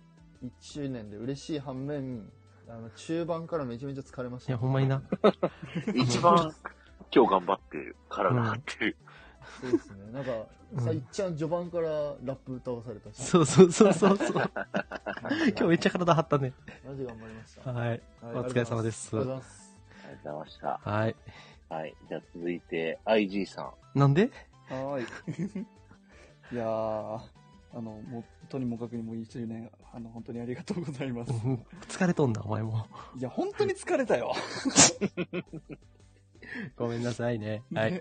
Speaker 3: 周年で嬉しい反面、あの、中盤からめちゃめちゃ疲れまし
Speaker 2: い
Speaker 3: た。
Speaker 2: や、ほんまにな。
Speaker 1: 一番、今日頑張ってる。体張ってる。
Speaker 3: そうですね。なんか、さ、いっちゃん序盤からラップ歌わされたし。
Speaker 2: そうそうそうそうそう。今日めっちゃ体張ったね。
Speaker 3: マジ頑張りました。
Speaker 2: はい。お疲れ様です。
Speaker 1: あり
Speaker 2: は
Speaker 1: がとうございます。ありがとうございました。
Speaker 2: い。
Speaker 1: はい。じゃあ続いて、IG さん。
Speaker 2: なんで
Speaker 4: はーい。いやー、あの、もう、とにもかくにもいい周年、あの、本当にありがとうございます。
Speaker 2: うん疲れとんだ、お前も。
Speaker 4: いや、本当に疲れたよ。
Speaker 2: ごめんなさいね。はい。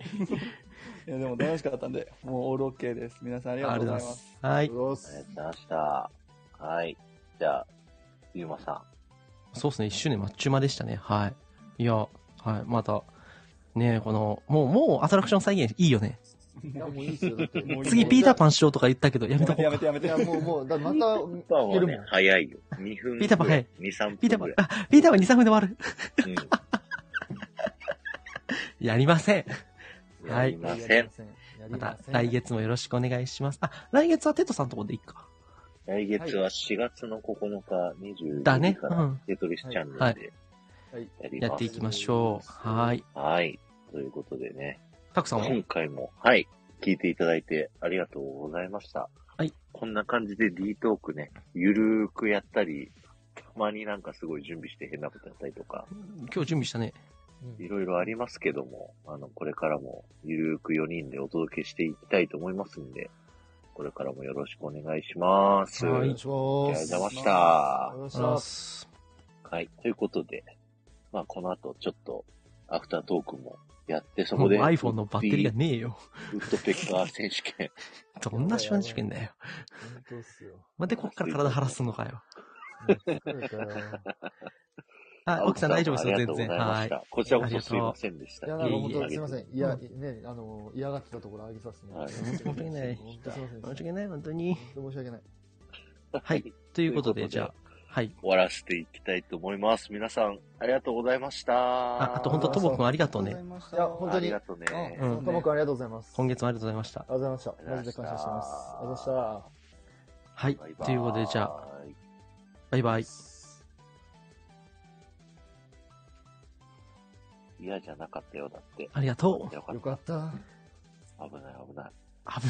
Speaker 4: いや、でも楽しかったんで、もうオールオッケーです。皆さんありがとうございます。
Speaker 2: はい。あり
Speaker 3: がとうご
Speaker 1: ざいました。はい。じゃあ、ゆうまさん。
Speaker 2: そうですね、一周年マッチュマでしたね。はい。いや、はい、また、ねえこの、もう、もうアトラクション再現いいよね。
Speaker 3: いや、もういいですよ。だってもう
Speaker 2: 次、ピーターパンしようとか言ったけど、やめとこうか。
Speaker 4: てやめ
Speaker 3: て。いや、もう、もう、だまた、
Speaker 1: もうね、早いよ。2分。
Speaker 2: ピーターパン早い。
Speaker 1: 2、3分。
Speaker 2: ピーターパン、あ、ピーターパン2、3分で終わる。やりません。は
Speaker 1: やり
Speaker 2: い。
Speaker 1: ません。
Speaker 2: また来月もよろしくお願いします。あ、来月はテトさんのとこでいいか。
Speaker 1: 来月は4月の9日20
Speaker 2: だ
Speaker 1: 時
Speaker 2: ね
Speaker 1: か
Speaker 2: う
Speaker 1: ら
Speaker 2: ん、
Speaker 1: テトリスチャンネ
Speaker 2: は
Speaker 1: ル
Speaker 2: い
Speaker 1: で
Speaker 3: はい。
Speaker 1: やります。
Speaker 2: やっていきましょう。はい。
Speaker 1: はい。ということでね。
Speaker 2: たくさんは
Speaker 1: 今回も、はい。聞いていただいてありがとうございました。
Speaker 2: はい。
Speaker 1: こんな感じで D トークね、ゆるーくやったり、たまになんかすごい準備して変なことやったりとか、
Speaker 2: 今日準備したね。
Speaker 1: いろいろありますけども、あの、これからもゆるーく4人でお届けしていきたいと思いますんで、これからもよろしくお願いします。
Speaker 2: はい
Speaker 1: じゃあ、お邪魔し
Speaker 2: お
Speaker 1: た。
Speaker 2: 願いします
Speaker 1: はい。ということで、まあ、この後、ちょっと、アフタートークもやって、そ
Speaker 2: も
Speaker 1: こ
Speaker 2: う
Speaker 1: で。
Speaker 2: iPhone のバッテリーがねえよ。
Speaker 1: ウッドペッカー選手権。
Speaker 2: どんな手腕試験だよ。
Speaker 1: 本当っすよ。
Speaker 2: まで、こっから体晴らすのかよ。 あ、
Speaker 1: 青
Speaker 2: 奥
Speaker 1: 木
Speaker 2: さん大丈夫ですよ、
Speaker 1: ありがと
Speaker 2: 全
Speaker 1: うござい
Speaker 2: 然。
Speaker 1: ま
Speaker 2: は
Speaker 1: し
Speaker 2: い
Speaker 1: た。こちらこそすいませんでした。
Speaker 2: あ
Speaker 1: い
Speaker 2: り
Speaker 1: やいや
Speaker 2: がと
Speaker 1: いや
Speaker 3: 本当
Speaker 2: う
Speaker 3: すいません。いや、ね、あの、嫌がってたところあげさせてもらって。
Speaker 2: 申し訳ない
Speaker 3: 本当すいません。
Speaker 2: 申し訳ない、本当に。
Speaker 3: 申し訳ない。
Speaker 2: はい。ということで、じゃあ、はい。
Speaker 1: 終わらせていきたいと思います。皆さん、ありがとうございました。あ
Speaker 2: あ、あと本当、ともくんありがとうね。
Speaker 3: いや、本当
Speaker 1: あ
Speaker 3: に。
Speaker 1: りがとうね
Speaker 2: うん
Speaker 3: ともくんありがとうございます。
Speaker 2: 今月もありがとうございました。
Speaker 3: ありがとうございました。マジで感謝してます。ありがとうございました。
Speaker 2: はい。
Speaker 1: バイ
Speaker 2: ということで、じゃあ、バイバイ。
Speaker 1: 嫌じゃなかったよ、だって。
Speaker 2: ありがとう
Speaker 1: よかった。
Speaker 3: よかった。
Speaker 1: 危ない、危ない。
Speaker 2: 危